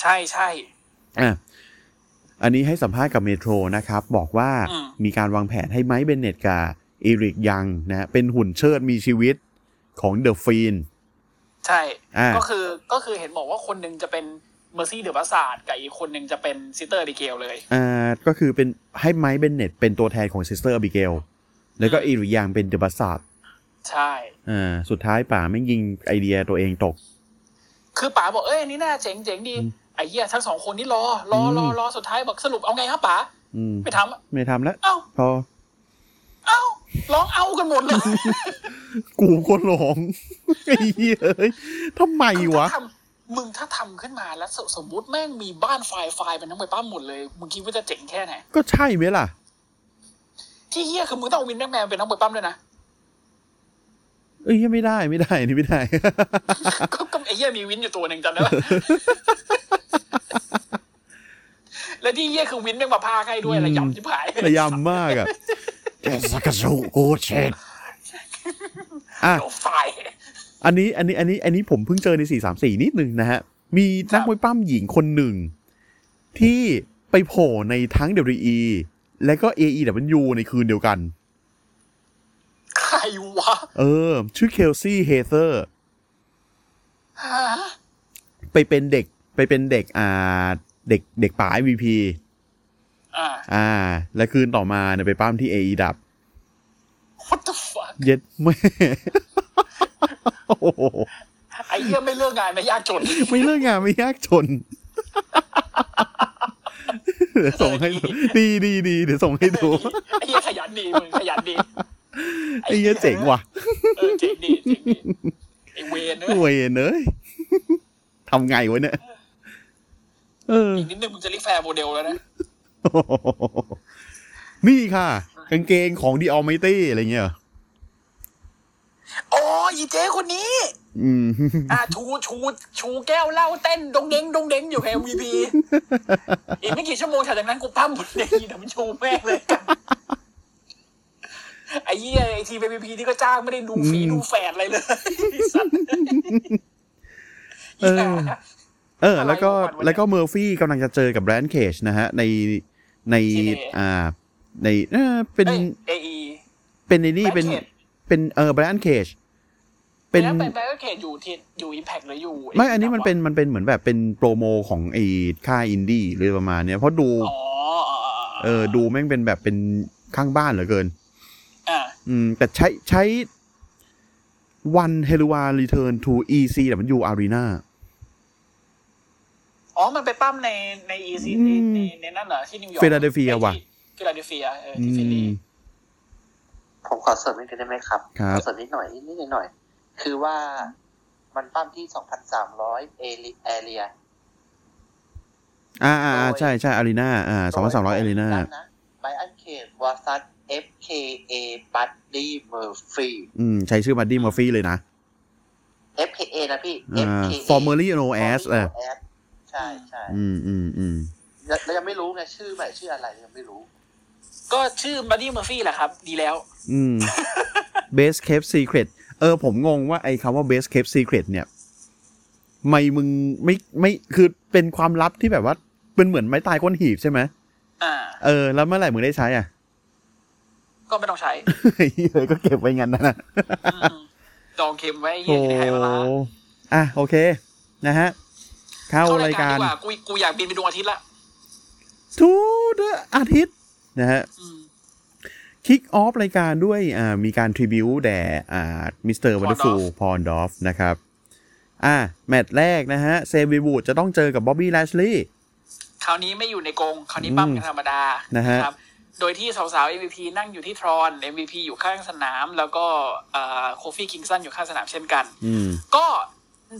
[SPEAKER 2] ใช่ใช่
[SPEAKER 1] อ่ะอันนี้ให้สัมภาษณ์กับเมโทรนะครับ บอกว่า
[SPEAKER 2] อืม
[SPEAKER 1] มีการวางแผนให้ไมค์เบนเนตกับเอริกยังนะฮะเป็นหุ่นเชิดมีชีวิตของเดอะฟีน
[SPEAKER 2] ใช่
[SPEAKER 1] อ่า
[SPEAKER 2] ก็คือก็คือเห็นบอกว่าคนหนึ่งจะเป็นเมอร์ซี่เดอะบัสซาร์ดกับอีกคนหนึ่งจะเป็นซิสเตอร์ดิเกลเลย
[SPEAKER 1] อ่าก็คือเป็นให้ไมค์เบนเนตเป็นตัวแทนของซิสเตอร์อบิเกลแล้วก็เอริกยังเป็นเดอะบัสซาร์ด
[SPEAKER 2] ใช่
[SPEAKER 1] อ่าสุดท้ายป่าไม่ยิงไอเดียตัวเองตก
[SPEAKER 2] คือป๋าบอกเอ้ยอันนี้น่าเจ๋งเจ๋งดี
[SPEAKER 1] อืม
[SPEAKER 2] ไอ้เหี้ยทั้งสองคนนี่รอรอรอ
[SPEAKER 1] อืม
[SPEAKER 2] รอสุดท้ายบอกสรุปเอาไงครับป๋า
[SPEAKER 1] อืม
[SPEAKER 2] ไม่ทำอะ
[SPEAKER 1] ไม่ทำแล้ว
[SPEAKER 2] เอ้า
[SPEAKER 1] พอ
[SPEAKER 2] เอ้าร้องเอากันหมดเลย
[SPEAKER 1] กูคนหลง ไอ้เหี้ยเอ้ยทำไม
[SPEAKER 2] คือ
[SPEAKER 1] วะ
[SPEAKER 2] ถ้าทำ มึงถ้าทำขึ้นมาแล้วสสมมติแม่งมีบ้านไฟล์ไฟล์เป็นนักมวยปล้ำหมดเลย มึงคิดว่าจะเจ๋งแค่ไหน
[SPEAKER 1] ก็ใช่ไหมล่ะ
[SPEAKER 2] ที่เฮี้ยคือมึงต้องเอาวินแม็กแมนเป็นนักมวยปล้ำด้วยนะ
[SPEAKER 1] เอ้ยไม่ได้ไม่ได้อันนี่ไม่ได้
[SPEAKER 2] ก็ก็ไอ้เหี้ยมีวินอยู่ตัวหนึ่งจำได้ไหม และที่เหี้ยคือวินแม่งมาพากให้ด้วยระยำชิบหาย
[SPEAKER 1] พยายามมากอ่ะแกสักสูกูเชนอ่ะ
[SPEAKER 2] โดนไฟ
[SPEAKER 1] อันนี้อันนี้อันนี้อันนี้ผมเพิ่งเจอใน 434 นิดหนึ่งนะฮะ มีนักมวยปั้มหญิงคนหนึ่ง ที่ไปโผล่ในทั้ง WWE และก็ AEW ในคืนเดียวกัน
[SPEAKER 2] ใครวะ
[SPEAKER 1] เออ ชื่อเคลซี่เฮเ e อร์
[SPEAKER 2] ฮะ
[SPEAKER 1] ไปเป็นเด็กไปเป็นเด็กอ่าเด็กเด็กป่า MVP
[SPEAKER 2] อ่า
[SPEAKER 1] อ่า และคืนต่อมาเนี่ยไปปั้มที่ AE ดับ
[SPEAKER 2] what the fuck
[SPEAKER 1] เย็ดแม่ โอ้โห
[SPEAKER 2] ไอ้เหี้ยไม่เลือกงานไม่ยากจน
[SPEAKER 1] ไม่เลิกงานไม่ยากจน เดี๋ยวส่งให้ดูดีดีดีเดี๋ยวส่งให้ดู
[SPEAKER 2] ไอ้เหี้ยขยันดีมึงขยันดี
[SPEAKER 1] ไอ้เหี้ยเจ๋งว่ะ
[SPEAKER 2] เออเจ๋งดีเจ๋งดีไอ้เวนเนอะ
[SPEAKER 1] ห่วยเนยทำไงวะเนี่ย เออ
[SPEAKER 2] อีกนิดนึงมึงจะรีแฟร์โมเดลแล้วนะ
[SPEAKER 1] นี่ค่ะ กางเกงของดีออม i ตี้อะไรเงี้ยเหรอ
[SPEAKER 2] โอ้ยอีเจ๊คนนี้
[SPEAKER 1] อืม
[SPEAKER 2] อ่ะชูชูชูแก้วเหล้าเต้นดงเด้งดงเด้งอยู่ MVP อีกไม่กี่ชั่วโมงจากนั้นกูปั้มหมดเลยอีน้ำชูแม่งเลยไอ้เหี้ยไอทีม MVP ที่ก็จ้างไม่ได้ดูฝี
[SPEAKER 1] อืม
[SPEAKER 2] ดูแฝดอะไรเลยไอ้สัตว์
[SPEAKER 1] เออ เออ แล้วก็
[SPEAKER 2] อะไรของมันวะเนี่ย
[SPEAKER 1] แล้วก็เมอร์ฟี่กำลังจะเจอกับแบรนด์เคชนะฮะ ในใน
[SPEAKER 2] TNA
[SPEAKER 1] อ่า ในเออเป็น
[SPEAKER 2] เอ้ย AE
[SPEAKER 1] เป็นในนี่
[SPEAKER 2] Brian
[SPEAKER 1] เป็น
[SPEAKER 2] Cage
[SPEAKER 1] เป็นเออแบรนด์เคชเป็น
[SPEAKER 2] แล้วเป็นแบล็กเกตอยู่ที่อยู่ Impact หรืออยู่
[SPEAKER 1] ไม่ อันนี้มันเป็นมันเป็นเหมือนแบบเป็นโปรโมของไอ้ค่ายอินดี้หรือประมาณเนี้ยเพราะดู
[SPEAKER 2] อ๋ออ๋ออ๋อ
[SPEAKER 1] เออ ดูแม่งเป็นแบบเป็นข้างบ้านเหลือเกิน
[SPEAKER 2] อ่ะ
[SPEAKER 1] อืม แต่ใช้ใช้ one h e l u a return to EC w arena
[SPEAKER 2] อ๋อ มันไปปั้มในใน EC ใน
[SPEAKER 1] อืม
[SPEAKER 2] ในในนั่นเหรอที่นิวยอร์ก
[SPEAKER 1] ฟิลาเดลเฟียว่ะ
[SPEAKER 2] ฟิลาเดลเฟียเออ
[SPEAKER 1] อื
[SPEAKER 2] ที่ฟิลี
[SPEAKER 1] ม
[SPEAKER 3] ผมขอเสริมนิดนึงได้ไหมครับ
[SPEAKER 1] ครับ
[SPEAKER 3] ขอเสริมนิดหน่อยนิดนิดหน่อย คือว่ามันปั้มที่ 2,300 เอริแอเรีย
[SPEAKER 1] อ่าอ่าอ่าใช่ใช่ arena อ่าสองพันสามร้อย arena
[SPEAKER 3] ไบอันเควอซัส FKA บัตตี้เมอร์ฟี
[SPEAKER 1] อืม ใช้ชื่อบัดดี้มอร์ฟี่เลยนะ
[SPEAKER 3] FKA นะพี่
[SPEAKER 1] อ่า
[SPEAKER 3] FKA
[SPEAKER 1] formerly known as เออ
[SPEAKER 3] ใช่ใช่
[SPEAKER 1] อืมอืมอืม
[SPEAKER 3] แล้วแล้วยังไม่รู้ไงชื่อใหม่ชื่ออะไรยังไม่รู้
[SPEAKER 2] ก็ชื่อบัดดี้เมอร์ฟี่แหละครับ ดีแล้ว
[SPEAKER 1] อืม base cape secret เออ ผมงงว่าไอ้คำว่า base cape secret เนี่ย ไม่มึงไม่ไม่คือเป็นความลับที่แบบว่าเป็นเหมือนไม้ตายก้นหีบใช่ไหม
[SPEAKER 2] อ่า
[SPEAKER 1] เออ แล้วเมื่อไหร่มึงได้ใช้อ่ะ
[SPEAKER 2] ก็ไม่ต้องใช้
[SPEAKER 1] เฮ้ยเลยก็เก็บไว้งั้นนะ
[SPEAKER 2] อืมดองเค็มไว้
[SPEAKER 1] โอ้
[SPEAKER 2] เหี้ยในไฮมาลา
[SPEAKER 1] อ่ะ โอเค นะฮะ เข้า
[SPEAKER 2] เข้า
[SPEAKER 1] าร
[SPEAKER 2] ราย ย
[SPEAKER 1] กา
[SPEAKER 2] กา
[SPEAKER 1] ร
[SPEAKER 2] รดีกว่ากูกูอยากบินไปดวงอาทิตย์ละ
[SPEAKER 1] ทุกอาทิตย์ นะฮะ
[SPEAKER 2] อืม
[SPEAKER 1] คิกออฟรายการด้วยอ่ามีการทริบิวแด่อ่ามิสเตอร์วันด
[SPEAKER 2] Pondorf
[SPEAKER 1] ฟูพอนดอฟนะครับ อ่ะ แมตช์แรกนะฮะ เซบีบูดจะต้องเจอกับบ๊อบบี้แลชลีย์
[SPEAKER 2] คราวนี้ไม่อยู่ในกรงคราวนี้ปั้มกันธรรมดา
[SPEAKER 1] นะฮะ
[SPEAKER 2] ครับ โดยที่สาวๆ MVP นั่งอยู่ที่ทรอน MVP อยู่ข้างสนาม แล้วก็โคฟี่คิงสันอยู่ข้างสนามเช่นกัน
[SPEAKER 1] อืม
[SPEAKER 2] ก็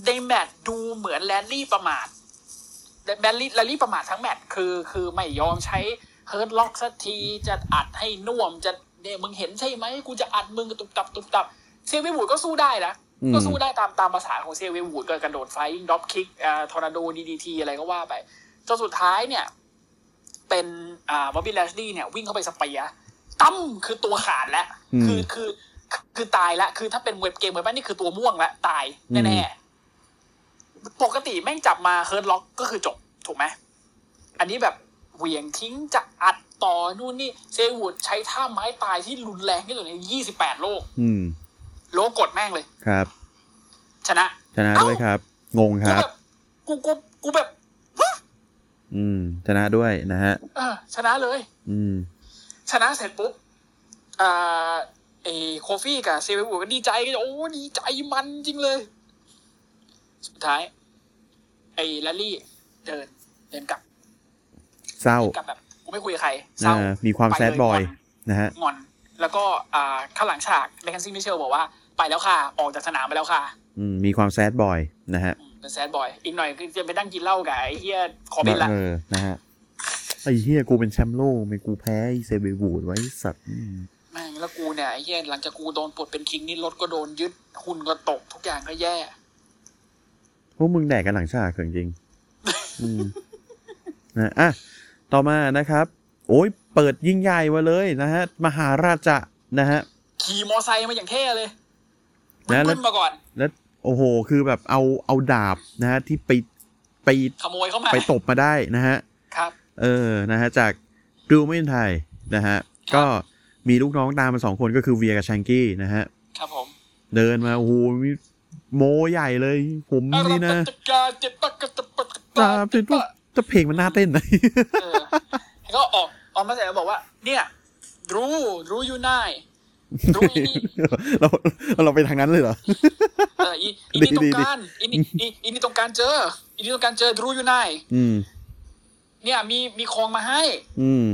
[SPEAKER 2] ในแมตช์ดูเหมือนแรลลี่ประมาทแต่แรลลี่แรลลี่ประมาททั้งแมตช์คือ คือไม่ยอมใช้เฮิร์ตล็อกสักทีจะอัดให้น่วมจะเนี่ยมึงเห็นใช่ไหมกูจะอัดมึงกระตุบตับตุบตับเซเวียวูดก็สู้ได้นะ
[SPEAKER 1] อืม
[SPEAKER 2] ก็สู้ได้ตามตามภาษาของเซเวียวูดก็กระโดดไฟยิงด็อปคิกอ่าทอร์นาโดดีดีทีอะไรก็ว่าไปจนสุดท้ายเนี่ย เป็นอ่าบ๊อบบี้แลชลีย์เนี่ยวิ่งเข้าไปสเปียร์ตั้มคือตัวขาดแล้ว
[SPEAKER 1] อืม
[SPEAKER 2] คือคือคือตายละคือถ้าเป็นมวยเกมมวยบ้านนี่คือตัวม่วงละตาย
[SPEAKER 1] อื
[SPEAKER 2] แน่
[SPEAKER 1] ม
[SPEAKER 2] ๆปกติแม่งจับมาเฮิร์ตล็อกก็คือจบ ถูกไหมอันนี้แบบเหวี่ยงทิ้งจะอัดต่อนู่นนี่เซวูดใช้ท่าไม้ตายที่รุนแรงที่สุดใน 28 โลก
[SPEAKER 1] อืม
[SPEAKER 2] โลกกดแม่งเลย
[SPEAKER 1] ครับ
[SPEAKER 2] ชนะ
[SPEAKER 1] ชนะด้วยครับ งงค
[SPEAKER 2] กู
[SPEAKER 1] รับ
[SPEAKER 2] แบบกูกูกูแบบ
[SPEAKER 1] อืม ชนะด้วยนะฮะ
[SPEAKER 2] เออชนะเลย
[SPEAKER 1] อืม
[SPEAKER 2] ชนะเสร็จปุ๊บอ่าเอโคฟี่กับเซเวนบูก็ดีใจโอ้ดีใจมันจริงเลย สุดท้าย ไอ้แลลลี่เดิน เดินกลับ
[SPEAKER 1] เศร้า
[SPEAKER 2] กลับแบบกูไม่คุยกับใครเศ
[SPEAKER 1] อ่า
[SPEAKER 2] ร้า
[SPEAKER 1] มีความ
[SPEAKER 2] ไป
[SPEAKER 1] แซ
[SPEAKER 2] เล
[SPEAKER 1] ดบอย
[SPEAKER 2] งน
[SPEAKER 1] นะฮะ
[SPEAKER 2] งอน แล้วก็อ่าข้างหลังฉากแมคเคนซี่มิเชลบอกว่า ไปแล้วค่ะ ออกจากสนามไปแล้วค่ะ
[SPEAKER 1] อืม มีความแซดบอยนะฮะ
[SPEAKER 2] อืม เป็นแซดบอย อีกหน่อยคือจะไปนั่งกินเหล้ากับไอ้เฮียขอบินละ
[SPEAKER 1] เออนะฮะไอ้เฮียกูเป็นแชมป์โลกไม่กูแพ้ไอ้เซเบบูดไว้สัตว์อืม
[SPEAKER 2] แม่งแล้วกูเนี่ยไอ้เฮียหลังจากกูโดนปลดเป็นคิงนี่รถก็โดนยึดหุ่นก็ตกทุกอย่างก็แย่
[SPEAKER 1] พวกมึงแดกกันหลังฉากเขิงจริงอืมนะอ่ะต่อมานะครับ โอ้ยเปิดยิ่งใหญ่มาเลยนะฮะ มหาราชะนะฮะ
[SPEAKER 2] ขี่มอไซค์มาอย่างเท่เลย
[SPEAKER 1] นะแล้ว
[SPEAKER 2] ขึ้นมาก่อน
[SPEAKER 1] แล้วโอ้โห คือแบบเอาเอาดาบนะฮะที่ไปไป
[SPEAKER 2] ขโมยเข้ามา
[SPEAKER 1] ไปตบมาได้นะฮะ
[SPEAKER 2] ครับ
[SPEAKER 1] เออ นะฮะ จากดูไม่นไทยนะฮะ ก็มีลูกน้องตามมาสองคนก็คือเวียกับชังกี้นะฮะ
[SPEAKER 2] ครับผม
[SPEAKER 1] เดินมา โอ้โหมีโมใหญ่เลย ผมนี่ นะตาเป็นว่าจะเพลงมันน่าเต้นนะ
[SPEAKER 2] เออแล้วก็ออกออกมาเสร็จแล้วบอกว่า เนี่ยรู้รู้อยู่นายรู้อีนี่
[SPEAKER 1] เราเราไปทางนั้นเลยเหรอ
[SPEAKER 2] เอออีอีนี่ต้องการอีนี่อีอีนี่ต้องการเจออีนี่ต้องการเจอรู้อยู่นาย
[SPEAKER 1] อืม
[SPEAKER 2] เนี่ยมีมีของมาให้
[SPEAKER 1] อืม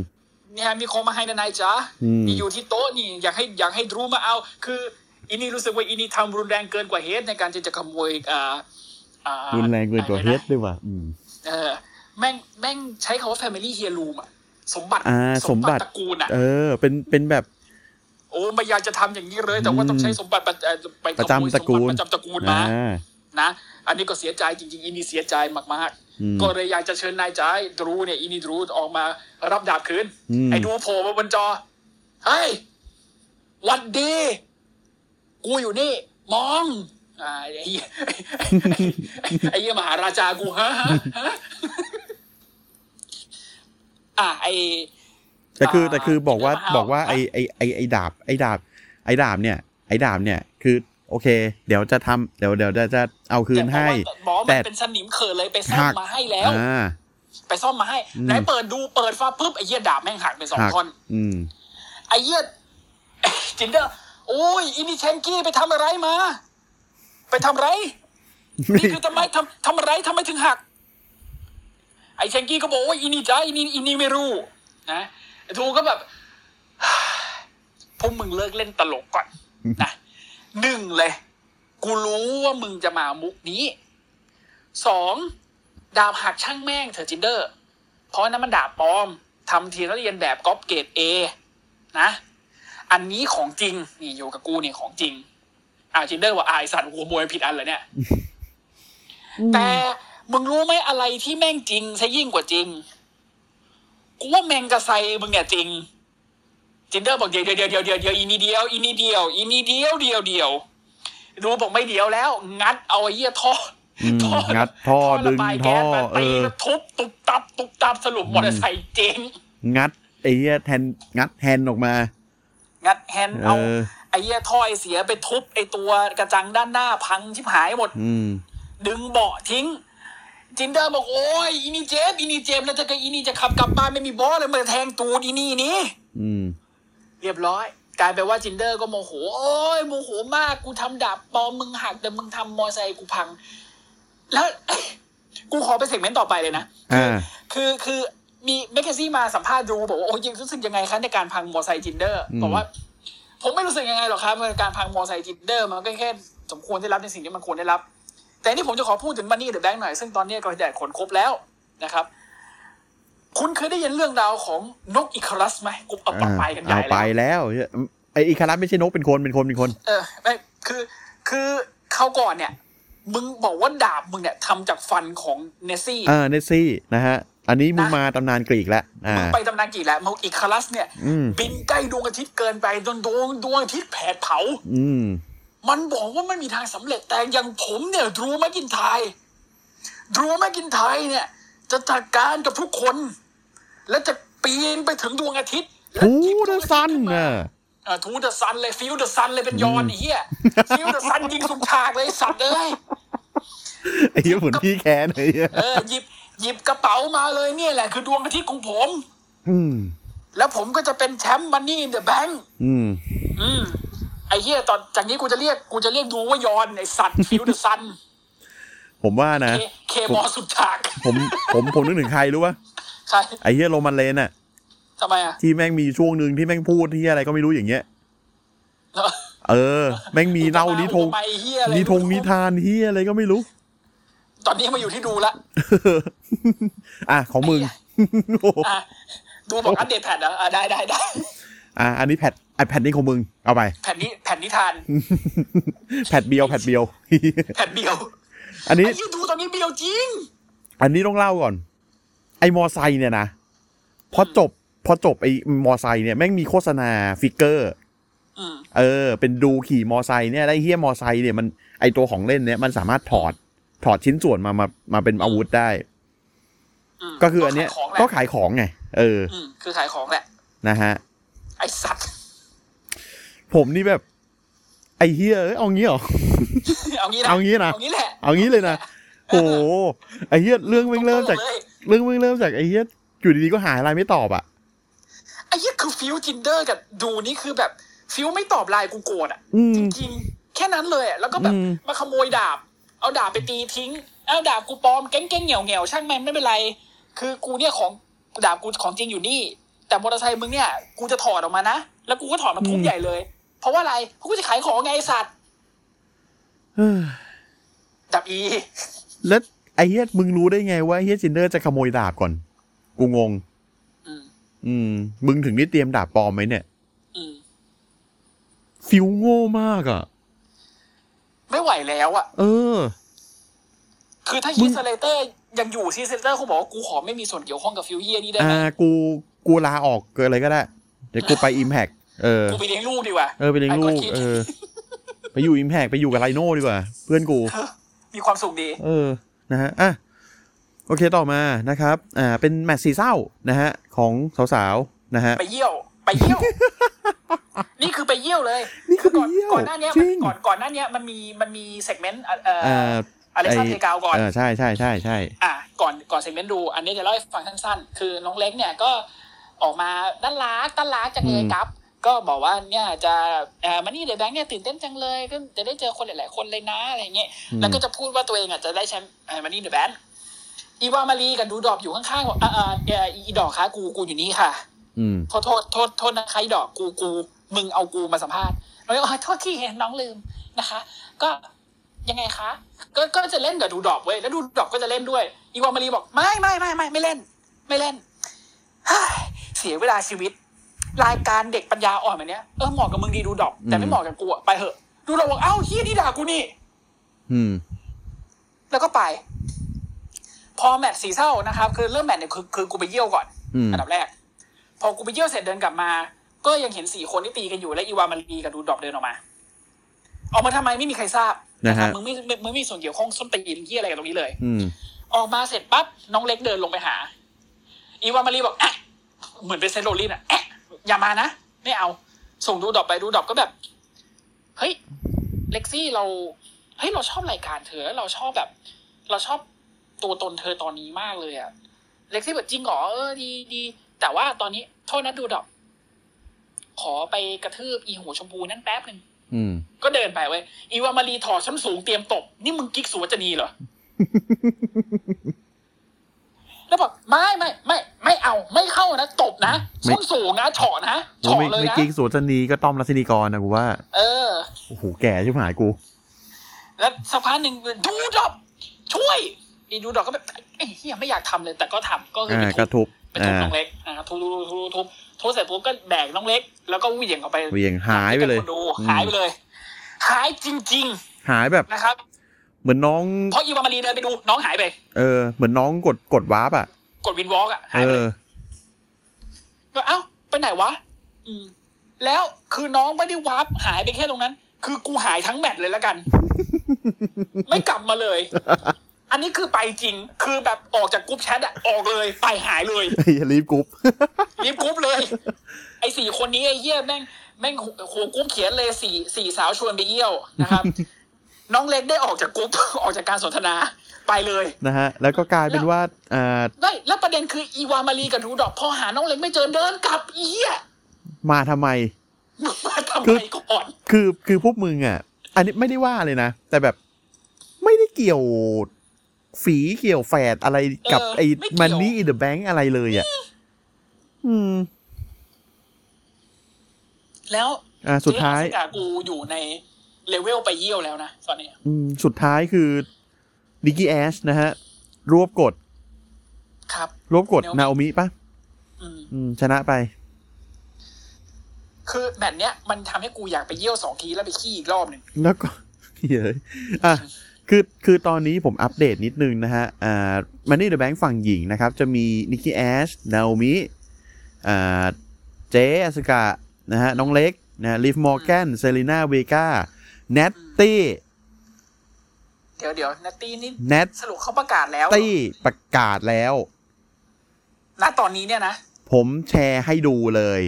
[SPEAKER 2] เนี่ยมีของมาให้นะนายจ๊ะ
[SPEAKER 1] อืม
[SPEAKER 2] นี่อยู่ที่โต๊ะนี่อยากให้อยากให้รู้มาเอา คืออีนี่รู้สึกว่าอีนี่ทำรุนแรงเกินกว่าเฮดในการที่จะขโมยอ่าอ่า
[SPEAKER 1] รุนแรงเกินกว่า
[SPEAKER 2] อะ
[SPEAKER 1] เฮ
[SPEAKER 2] ไะ
[SPEAKER 1] ดด้วยว่ะอืม
[SPEAKER 2] เออแม่งแม่งใช้คำว่า Family h e i r o o m อะสมบัติ
[SPEAKER 1] อ่าสมบัติ
[SPEAKER 2] ตระกูลอะ
[SPEAKER 1] เออ เป็นเป็นแบบ
[SPEAKER 2] โอ้ไม่อยากจะทำอย่างนี้เลย แต่ว่าต้องใช้สมบัติประเอ่อไปขโมย
[SPEAKER 1] ประจำตระกูล
[SPEAKER 2] สมบัประจำตระกูล
[SPEAKER 1] อ่
[SPEAKER 2] มา
[SPEAKER 1] า
[SPEAKER 2] นะ อันนี้ก็เสียใจจริงๆ อินี่เสียใจมาก
[SPEAKER 1] อืม
[SPEAKER 2] ๆ ก็เลยอยากจะเชิญนายจ่ายดรูเนี่ยอินี่ดรูออกมารับดาบคืน
[SPEAKER 1] อืม
[SPEAKER 2] ไอ้ดูโผล่มาบนจอ เฮ้ยหวันดี กูอยู่นี่ มองอ่าไอ้เหี้ยไอ้เหี้ยมหาราชากูฮะฮะฮะอ่ะไอ้
[SPEAKER 1] แต่คือแต่คือบอกว่า
[SPEAKER 2] เดี๋ยวมาเอา
[SPEAKER 1] บอกว่า
[SPEAKER 2] นะ
[SPEAKER 1] ไอไอไอไอดาบไอดาบไอดาบเนี่ยไอดาบเนี่ยคือโอเค เดี๋ยวจะทำเดี๋ยวเดี๋ยวจะจะเอาคืนให้
[SPEAKER 2] แต่บอกว่าหมอ
[SPEAKER 1] แต่
[SPEAKER 2] มันเป็นสนิมเขินเลยไปซ่อม
[SPEAKER 1] หัก
[SPEAKER 2] มาให้แล้ว
[SPEAKER 1] อ่า
[SPEAKER 2] ไปซ่อมมาให้
[SPEAKER 1] อืม
[SPEAKER 2] ไหนเปิดดูเปิดฟ้าปุ๊บไอ้เหี้ยดาบแม่งหักเป็นสอง
[SPEAKER 1] หัก
[SPEAKER 2] ท่อน
[SPEAKER 1] อืม
[SPEAKER 2] ไอ้เหี้ย จินเดอร์โอ้ยอินี่เชนกี้ไปทำอะไรมา ไปทำอะไร นี่คือทำไมทำทำอะไรทำไมถึงหัก ไอ้เชงกี้ก็บอกว่าอีนี่จ้าอีนี่อีนี่ไม่รู้นะไอ้ทูก็แบบ พวกมึงเลิกเล่นตลกก่อนนะหนึ่งเลย กูรู้ว่ามึงจะมามุกนี้สองดาบหักช่างแม่งเถอะจินเดอร์ เพราะอันนั้นมันดาบปลอมทำทีแล้วเรียนแบบก๊อปเกรดเอนะ อันนี้ของจริง นี่อยู่กับกูเนี่ยของจริง อ่าจินเดอร์ว่าอายสัตว์หัวมวยผิดอันเหรอเนี่ย แต่มึงรู้ไหมอะไรที่แม่งจริงซะยิ่งกว่าจริง กูว่าแมงกะไซมึงเนี่ยจริง จินเดอร์บอกเดียวเดียวเดียวเดียวเดียวอีนี่เดียวอีนี่เดียวอีนี่เดียวเดียวเดียวดูบอกไม่เดียวแล้ว งัดเอาไอ้เหี้ยท่อ
[SPEAKER 1] อืม
[SPEAKER 2] ท่อ
[SPEAKER 1] งัดท่อดึง
[SPEAKER 2] ระบาย
[SPEAKER 1] ท่อ
[SPEAKER 2] แก๊สมาตี
[SPEAKER 1] เออ
[SPEAKER 2] แล้วทุบตุบตับตุบตับสรุปมอเตอร์ไซค์เจ๊ง
[SPEAKER 1] งัดไอเหี้ยแทนงัดแทนออกมา
[SPEAKER 2] งัดแฮนด์
[SPEAKER 1] เอ
[SPEAKER 2] เอา
[SPEAKER 1] อ
[SPEAKER 2] ไอ้เหี้ยท่อไอเสียไปทุบไอ้ตัวกระจังด้านหน้าพังชิบหายหมด
[SPEAKER 1] อืม
[SPEAKER 2] ดึงเบาะทิ้ง จินเดอร์บอกโอ้ยอีนี่เจมส์อีนี่เจมส์แล้วจะกับอีนี่จะขับกลับบ้านไม่มีบอสเลยมาแทงตูดอีนี่นี่
[SPEAKER 1] อืม
[SPEAKER 2] เรียบร้อย กลายเป็นว่าจินเดอร์ก็โมโห โอ้ยโมโหมากกูทำดาบปลอมมึงหักแต่มึงทำมอไซค์กูพัง แล้ว กูขอไปเซกเมนต์ต่อไปเลยนะ
[SPEAKER 1] อ่า
[SPEAKER 2] คือคือมีแมกกาซี่มาสัมภาษณ์ดูบอกว่าโอ้ยรู้สึกยังไงคะในการพังมอไซค์จินเดอร์
[SPEAKER 1] อืม
[SPEAKER 2] บอกว่า ผมไม่รู้สึกยังไงหรอกครับการพังมอไซค์จินเดอร์มันก็แค่สมควรได้รับในสิ่งที่มันควรได้รับ แต่นี่ผมจะขอพูดถึงมันนี่เดอะแบงค์หน่อย ซึ่งตอนนี้ก็แดดขนครบแล้วนะครับ คุณเคยได้ยินเรื่องราวของนกอีคารัสไหมกูเอาปักไปกันใหญ่
[SPEAKER 1] เอา
[SPEAKER 2] แล้ว
[SPEAKER 1] ไปแล้วเหี้ยไออีคารัสไม่ใช่นกเป็นคนเป็นคนเป็นคน
[SPEAKER 2] เออไม่คือคือเขาวก่อนเนี่ย มึงบอกว่าดาบมึงเนี่ยทำจากฟันของเนสซี่
[SPEAKER 1] อ่าเนสซี่นะฮะ อันนี้มึงมาตำนานกรีกแล้วอ่า
[SPEAKER 2] มึงไปตำนานกี่แล้วมึงอีคารัสเนี่ย
[SPEAKER 1] อืม
[SPEAKER 2] บินใกล้ดวงอาทิตย์เกินไปจนดวงดวงอาทิตย์แผดเผา
[SPEAKER 1] อืม
[SPEAKER 2] มันบอกว่าไม่มีทางสำเร็จแต่อย่างผมเนี่ยดรูแมกกินไทยดรูแมกกินไทยเนี่ย จะจัดการกับทุกคน และจะปีนไปถึงดวงอาทิตย์และ
[SPEAKER 1] ทู
[SPEAKER 2] ยิง
[SPEAKER 1] เด
[SPEAKER 2] ด
[SPEAKER 1] อะ
[SPEAKER 2] วงาทิตย์
[SPEAKER 1] ซัน
[SPEAKER 2] ขึ้มา
[SPEAKER 1] น่ะ
[SPEAKER 2] เอ่ะทูเดอะซันเลยฟิวเดอะซันเลยเป็นยอนไอ้เฮียฟิวเดอะซันยิงสุดฉากเลยไอ้สัตว์เลย
[SPEAKER 1] ไอ้เหี้ยเหมือนพี่แคนไอ้เหี้ย
[SPEAKER 2] เออหยิบหยิบกระเป๋ามาเลยเนี่ยแหละคือดวงอาทิตย์ของผม
[SPEAKER 1] อืม
[SPEAKER 2] แล้วผมก็จะเป็นแชมป์มันนี่เดอะแบง
[SPEAKER 1] อืม
[SPEAKER 2] อืมไอ้เหี้ยตอนจากนี้กูจะเรียกกูจะเรียกดูว่ายอนไอสัตว์ ฟิวเดอะซัน
[SPEAKER 1] ผมว่านะ
[SPEAKER 2] เคเคมอสุดฉาก
[SPEAKER 1] ผมผมผมนึกถึงใครรู้ปะ
[SPEAKER 2] ใช่
[SPEAKER 1] ไอ้เฮียโรมันเลนอะ
[SPEAKER 2] ทำไมอ่ะ
[SPEAKER 1] ที่แม่งมีช่วงหนึ่งที่แม่งพูดที่อะไรก็ไม่รู้อย่างเงี้ย เออ แม่งมีเล่านิทง
[SPEAKER 2] ไปเหี้ยอะไร
[SPEAKER 1] นิทงนิทานเฮียอะไรก็ไม่รู้
[SPEAKER 2] ตอนนี้มาอยู่ที่ดูละ
[SPEAKER 1] อ่ะของมึงโอ้โห
[SPEAKER 2] อ่ะดูบอกอัปเดตแพทเหรออ่ะได้ได้ได้
[SPEAKER 1] อ่ะอันนี้แพทอันแพทนี้ของมึงเอาไป
[SPEAKER 2] แผ่นนี้แผ่นนิทาน
[SPEAKER 1] แพทเบียวแพทเบียว
[SPEAKER 2] แผ่นเบียว
[SPEAKER 1] อันนี้
[SPEAKER 2] ไอ้ที่ดูตอนนี้เบียวจริง
[SPEAKER 1] อันนี้ต้องเล่าก่อน ไอ้มอไซค์เนี่ยนะพอจบพอจบไอ้มอไซค์เนี่ยแม่งมีโฆษณาฟิกเกอร์
[SPEAKER 2] อืม
[SPEAKER 1] เออ เป็นดูขี่มอไซค์เนี่ยได้เฮียมอไซค์เนี่ยมันไอตัวของเล่นเนี่ยมันสามารถถอดถอดชิ้นส่วนมามามาเป็นอาวุธได้
[SPEAKER 2] ม
[SPEAKER 1] ก็คืออันเนี้ยก็
[SPEAKER 2] ก็ขายของแห
[SPEAKER 1] ขา
[SPEAKER 2] ละ
[SPEAKER 1] ยของไง เออ
[SPEAKER 2] อืมคือขายของแหละ
[SPEAKER 1] นะฮะ
[SPEAKER 2] ไอสัตว์
[SPEAKER 1] ผมนี่แบบ ไอเฮียเอ้ยเอางี้เหรอ
[SPEAKER 2] เอางี้นะ
[SPEAKER 1] เอางี้นะ
[SPEAKER 2] เอางี้แหละ
[SPEAKER 1] เอางี้เลยนะโหไอเฮียเรื่องแม่งเริ่มจาก
[SPEAKER 2] ตงๆลย
[SPEAKER 1] เรื่องแม่งเริ่มจากไอเฮียอยู่ดีๆก็หาอะไรไม่ตอบอ่ะ
[SPEAKER 2] ไอ้เหี้ยคือฟิวจินเดอร์กับดูนี่คือแบบฟิวไม่ตอบไลน์กูโกรธอ่ะ
[SPEAKER 1] อืม
[SPEAKER 2] จริงๆแค่นั้นเลยอะแล้วก็แบบ
[SPEAKER 1] อืม
[SPEAKER 2] มาขโมยดาบ เอาดาบไปตีทิ้ง เอาดาบกูปลอมเก้งๆเหี่ยวเหี่ยวๆช่างมันไม่เป็นไร คือกูเนี่ยของดาบกูของจริงอยู่นี่ แต่มอเตอร์ไซค์มึงเนี่ยกูจะถอดออกมานะ แล้วกูก็ถอดมาทุบใหญ่เลย เพราะว่าอะไรเพราะกูจะขายของไงไอ้สัตว์
[SPEAKER 1] เฮ้ย
[SPEAKER 2] ดับอี
[SPEAKER 1] แล้วไอ้เฮียมึงรู้ได้ไงว่าไอ้เฮียจินเดอร์จะขโมยดาบก่อน กูงง
[SPEAKER 2] อืม
[SPEAKER 1] อืม มึงถึงได้เตรียมดาบปลอมไหมเนี่ย
[SPEAKER 2] อืม
[SPEAKER 1] ฟิวโง่มากอ่ะ
[SPEAKER 2] ไม่ไหวแล้วอ่ะ
[SPEAKER 1] เออ
[SPEAKER 2] คือถ้า
[SPEAKER 1] มึ
[SPEAKER 2] ฮี
[SPEAKER 1] ง
[SPEAKER 2] สเลเตอร์ยังอยู่ฮีสเลเตอร์คงบอกว่ากูขอไม่มีส่วนเกี่ยวข้องกับฟิวเยียนี่ได้ไหม
[SPEAKER 1] อ่า กู กูลาออกเกิดอะไรก็ได้ เดี๋ยวกู ไปอิมแพกเออ
[SPEAKER 2] กูไปเลี้ยงลูกดีกว่า
[SPEAKER 1] เออ ไปเลี้ยงลูก เออ ไปอยู่อิมแพกไปอยู่กับไรโน่ดีกว่า เพื่อนกู
[SPEAKER 2] มีความสุขดี
[SPEAKER 1] เออ นะฮะ อ่ะ โอเคต่อมานะครับ อ่า เป็นแมตช์สีเศร้านะฮะ ของสาวๆ นะฮะ
[SPEAKER 2] ไปเยี่ยว ไปเยี่ยว นี่คือไปเยี่ยวเลย
[SPEAKER 1] นี่คือไปเยี่ยว
[SPEAKER 2] ก่อนก่อนหน้าเนี้ย
[SPEAKER 1] จริ
[SPEAKER 2] มัน
[SPEAKER 1] ง
[SPEAKER 2] ก่อนก่อนหน้าเนี้ยมันมีมันมีเซกเมนต์เอ่อ
[SPEAKER 1] อ่า
[SPEAKER 2] อเล็กซาน
[SPEAKER 1] ไอ้
[SPEAKER 2] เทกาวก่อน
[SPEAKER 1] เออ ใช่ใช่ใช่ใช่
[SPEAKER 2] อ่ะก่อนก่อนเซกเมนต์ดู อันนี้จะเล่าให้ฟังสั้นๆ คือน้องเล็กเนี่ยก็ออกมาด้านลักด้านลักจากเล
[SPEAKER 1] อื
[SPEAKER 2] ย
[SPEAKER 1] ม
[SPEAKER 2] ครับ ก็บอกว่าเนี่ยจะเอ่อมันนี่เดอะแบงค์เนี่ยตื่นเต้นจังเลยก็จะได้เจอคนหลายๆคนเลยนะอะไรอย่างเงี้ย
[SPEAKER 1] อืม
[SPEAKER 2] แล้วก็จะพูดว่าตัวเองอ่ะจะได้แชมป์มันนี่เดอะแบนอีวามารีกับดูดอบอยู่ข้างๆบอกอ่าอ่าเอ่ออีดอกคะกูกูอยู่นี่ค่ะ
[SPEAKER 1] อืม
[SPEAKER 2] โทษโทษโทษโทษนะคะไอ้ดอกกูกูมึงเอากูมาสัมภาษณ์แล้วก็อ๋อ โทษที่เห็นน้องลืมนะคะ ก็ยังไงคะก็ก็จะเล่นกับดูดอกเว้ยแล้วดูดอกก็จะเล่นด้วย อีวอมารีบอกไม่ไม่ไม่ไม่ไม่เล่น ไม่เล่นเฮ้ยเสียเวลาชีวิต รายการเด็กปัญญาอ่อนแบบเนี้ยเออเหมาะกับมึงดีดูดอกแต่
[SPEAKER 1] อื
[SPEAKER 2] ไม่
[SPEAKER 1] ม
[SPEAKER 2] เหมาะกับกูอะไปเถอะ ดูดอกบอกเอ้าเฮียนี่ด่ากูนี่
[SPEAKER 1] อืม
[SPEAKER 2] แล้วก็ไป พอแมตช์สีเศร้านะครับ คือเริ่มแมตช์เนี่ยคือคือกูไปเยี่ยวก่อน
[SPEAKER 1] อืม
[SPEAKER 2] อันดับแรก พอกูไปเยี่ยวเสร็จเดินกลับมา ก็ยังเห็นสี่คนที่ตีกันอยู่และอีวามันดีกับดูดรอปเดินออกมา ออกมาทำไมไม่มีใครทราบ
[SPEAKER 1] นะฮะ
[SPEAKER 2] มึงไม่มึงมึงไม่มีส่วนเกี่ยวข้องส้นตีนที่อะไรกับตรงนี้เลย
[SPEAKER 1] อืม
[SPEAKER 2] ออกมาเสร็จปั๊บน้องเล็กเดินลงไปหา อีวามารีบอกแอะเหมือนเป็นเซนต์โรลลินอะแอะอย่ามานะ ไม่เอา ส่งดูดรอปไปดูดรอปก็แบบ เฮ้ย เล็กซี่เราเฮ้ยเราชอบรายการเธอแล้วเราชอบแบบ เราชอบตัวตนเธอตอนนี้มากเลยอะเล็กซี่แบบจริงเหรอเออดีดีแต่ว่าตอนนี้โทษนะดูดรอปขอไปกระทืบอีหัวชมพูนั่นแป๊บหนึ่ง
[SPEAKER 1] อืม
[SPEAKER 2] ก็เดินไปเว้ยอีวามารีถอดชั้นสูงเตรียมตบนี่มึงกิ๊กสุวรรณจนี เหรอ แล้วบอกไม่ไม่ไม่ไม่เอาไม่เข้านะตบนะ
[SPEAKER 1] ไม่
[SPEAKER 2] ส้นสูงนะเฉาะนะ
[SPEAKER 1] โอ้
[SPEAKER 2] เฉาะ
[SPEAKER 1] ไม่
[SPEAKER 2] เลย
[SPEAKER 1] ไม่
[SPEAKER 2] นะ
[SPEAKER 1] กิ๊กสุวรรณีก็ต้อมรัศนีกรนะกูว่า
[SPEAKER 2] เออ
[SPEAKER 1] โอ้โห แก่ชิบหายกู
[SPEAKER 2] แล้วสักพักหนึ่งดูดอกช่วยอีดูดอกก็แบบไอ้เฮียไม่อยากทำเลย แต่ก็ทำก็คือ
[SPEAKER 1] อ่า
[SPEAKER 2] ไป
[SPEAKER 1] กระ
[SPEAKER 2] ทุบ
[SPEAKER 1] ทุบ
[SPEAKER 2] ไปทุบ
[SPEAKER 1] อ่า
[SPEAKER 2] น้องเล็กนะครับทุบทุบทุบทุบทุบเสร็จปุ๊บก็แบกน้องเล็ก แล้วก็เหวิ่ยงออกไป
[SPEAKER 1] เหวียงหายไปเลย
[SPEAKER 2] ให้คนดูหายไปเลย หายจริง
[SPEAKER 1] หายแบบ
[SPEAKER 2] ๆนะครับ
[SPEAKER 1] เหมือนน้อง
[SPEAKER 2] เพราะอีวามารีเดินไปดูน้องหายไป
[SPEAKER 1] เออ เหมือนน้องกดกดวาร์ปอ่ะ
[SPEAKER 2] กดวินวอล์กอะหา
[SPEAKER 1] เอยอ
[SPEAKER 2] ไปก็เอ้าไปไหนวะ อืม แล้วคือน้องไม่ได้วาร์ปหายไปแค่ตรงนั้น คือกูหายทั้งแมตช์เลย แล้วกัน ไม่กลับมาเลย อันนี้คือไปจริง คือแบบออกจากกรุ๊ปแชทอะออกเลยไปหายเลย
[SPEAKER 1] ไอ้เหี้ยรี บกรุ๊ป
[SPEAKER 2] รีบกรุ๊ปเลย ไอ้สี่คนนี้ไอ้เหี้ยแม่งแม่งหัวกรุ๊ปเขียนเลยสี่สี่สาวชวนไปเยี่ยว นะครับ น้องเล็กได้ออกจากกรุ๊ป ออกจากการสนทนาไปเลย
[SPEAKER 1] นะฮะ แล้วก็กลายเป็นว่าอ่า
[SPEAKER 2] ได้แล้วประเด็นคืออีวามารีกับทูดอกพอหาน้องเล็กไม่เจอเดินกลับไอ้เหี้ย
[SPEAKER 1] มาทำไม
[SPEAKER 2] มาทำ
[SPEAKER 1] คือ
[SPEAKER 2] ไมก่อน
[SPEAKER 1] คือคือพวกมึงอ่ะ อันนี้ไม่ได้ว่าเลยนะ แต่แบบไม่ได้เกี่ยว ฝีเกี่ยวแฝดอะไรกับ
[SPEAKER 2] เออ
[SPEAKER 1] ไอ้
[SPEAKER 2] ไม่เกี่ยว
[SPEAKER 1] มันนี่เดอะแบงค์อะไรเลยอ่ะ อืม
[SPEAKER 2] แล้ว
[SPEAKER 1] อ่า สุดท้าย
[SPEAKER 2] ซึ่งอสุกากูอยู่ในเลเวลไปเยี่ยวแล้วนะตอนนี้
[SPEAKER 1] อืมสุดท้ายคือ นิกกี้แอชนะฮะ รวบกด
[SPEAKER 2] ครับ
[SPEAKER 1] รวบกด
[SPEAKER 2] Naomi
[SPEAKER 1] นาโอมิปะ
[SPEAKER 2] อืม
[SPEAKER 1] อืม ชนะไป
[SPEAKER 2] คือแมตช์เนี้ยมันทำให้กูอยากไปเยี่ยวสองทีแล้วไปขี้อีกรอบหนึ่ง
[SPEAKER 1] แล้วก็ เย้ยอ่ะคือคือตอนนี้ผมอัปเดตนิดนึงนะฮะอ่ามันนี่เดอะแบงค์ฝั่งหญิงนะครับ จะมีนิกกี้แอชนาโอมิอ่าเจอสกะนะฮะ น้องเล็กนะลิฟมอร์แกนเซรีนาเวกาเนตตี้
[SPEAKER 2] เดี๋ยวเดี๋ยวนาตี้นี่
[SPEAKER 1] เนต
[SPEAKER 2] สรุปเขาประกาศแล้วเหรอ
[SPEAKER 1] ตี้ประกาศแล้ว
[SPEAKER 2] ณตอนนี้เนี่ยนะ
[SPEAKER 1] ผมแชร์ให้ดูเลย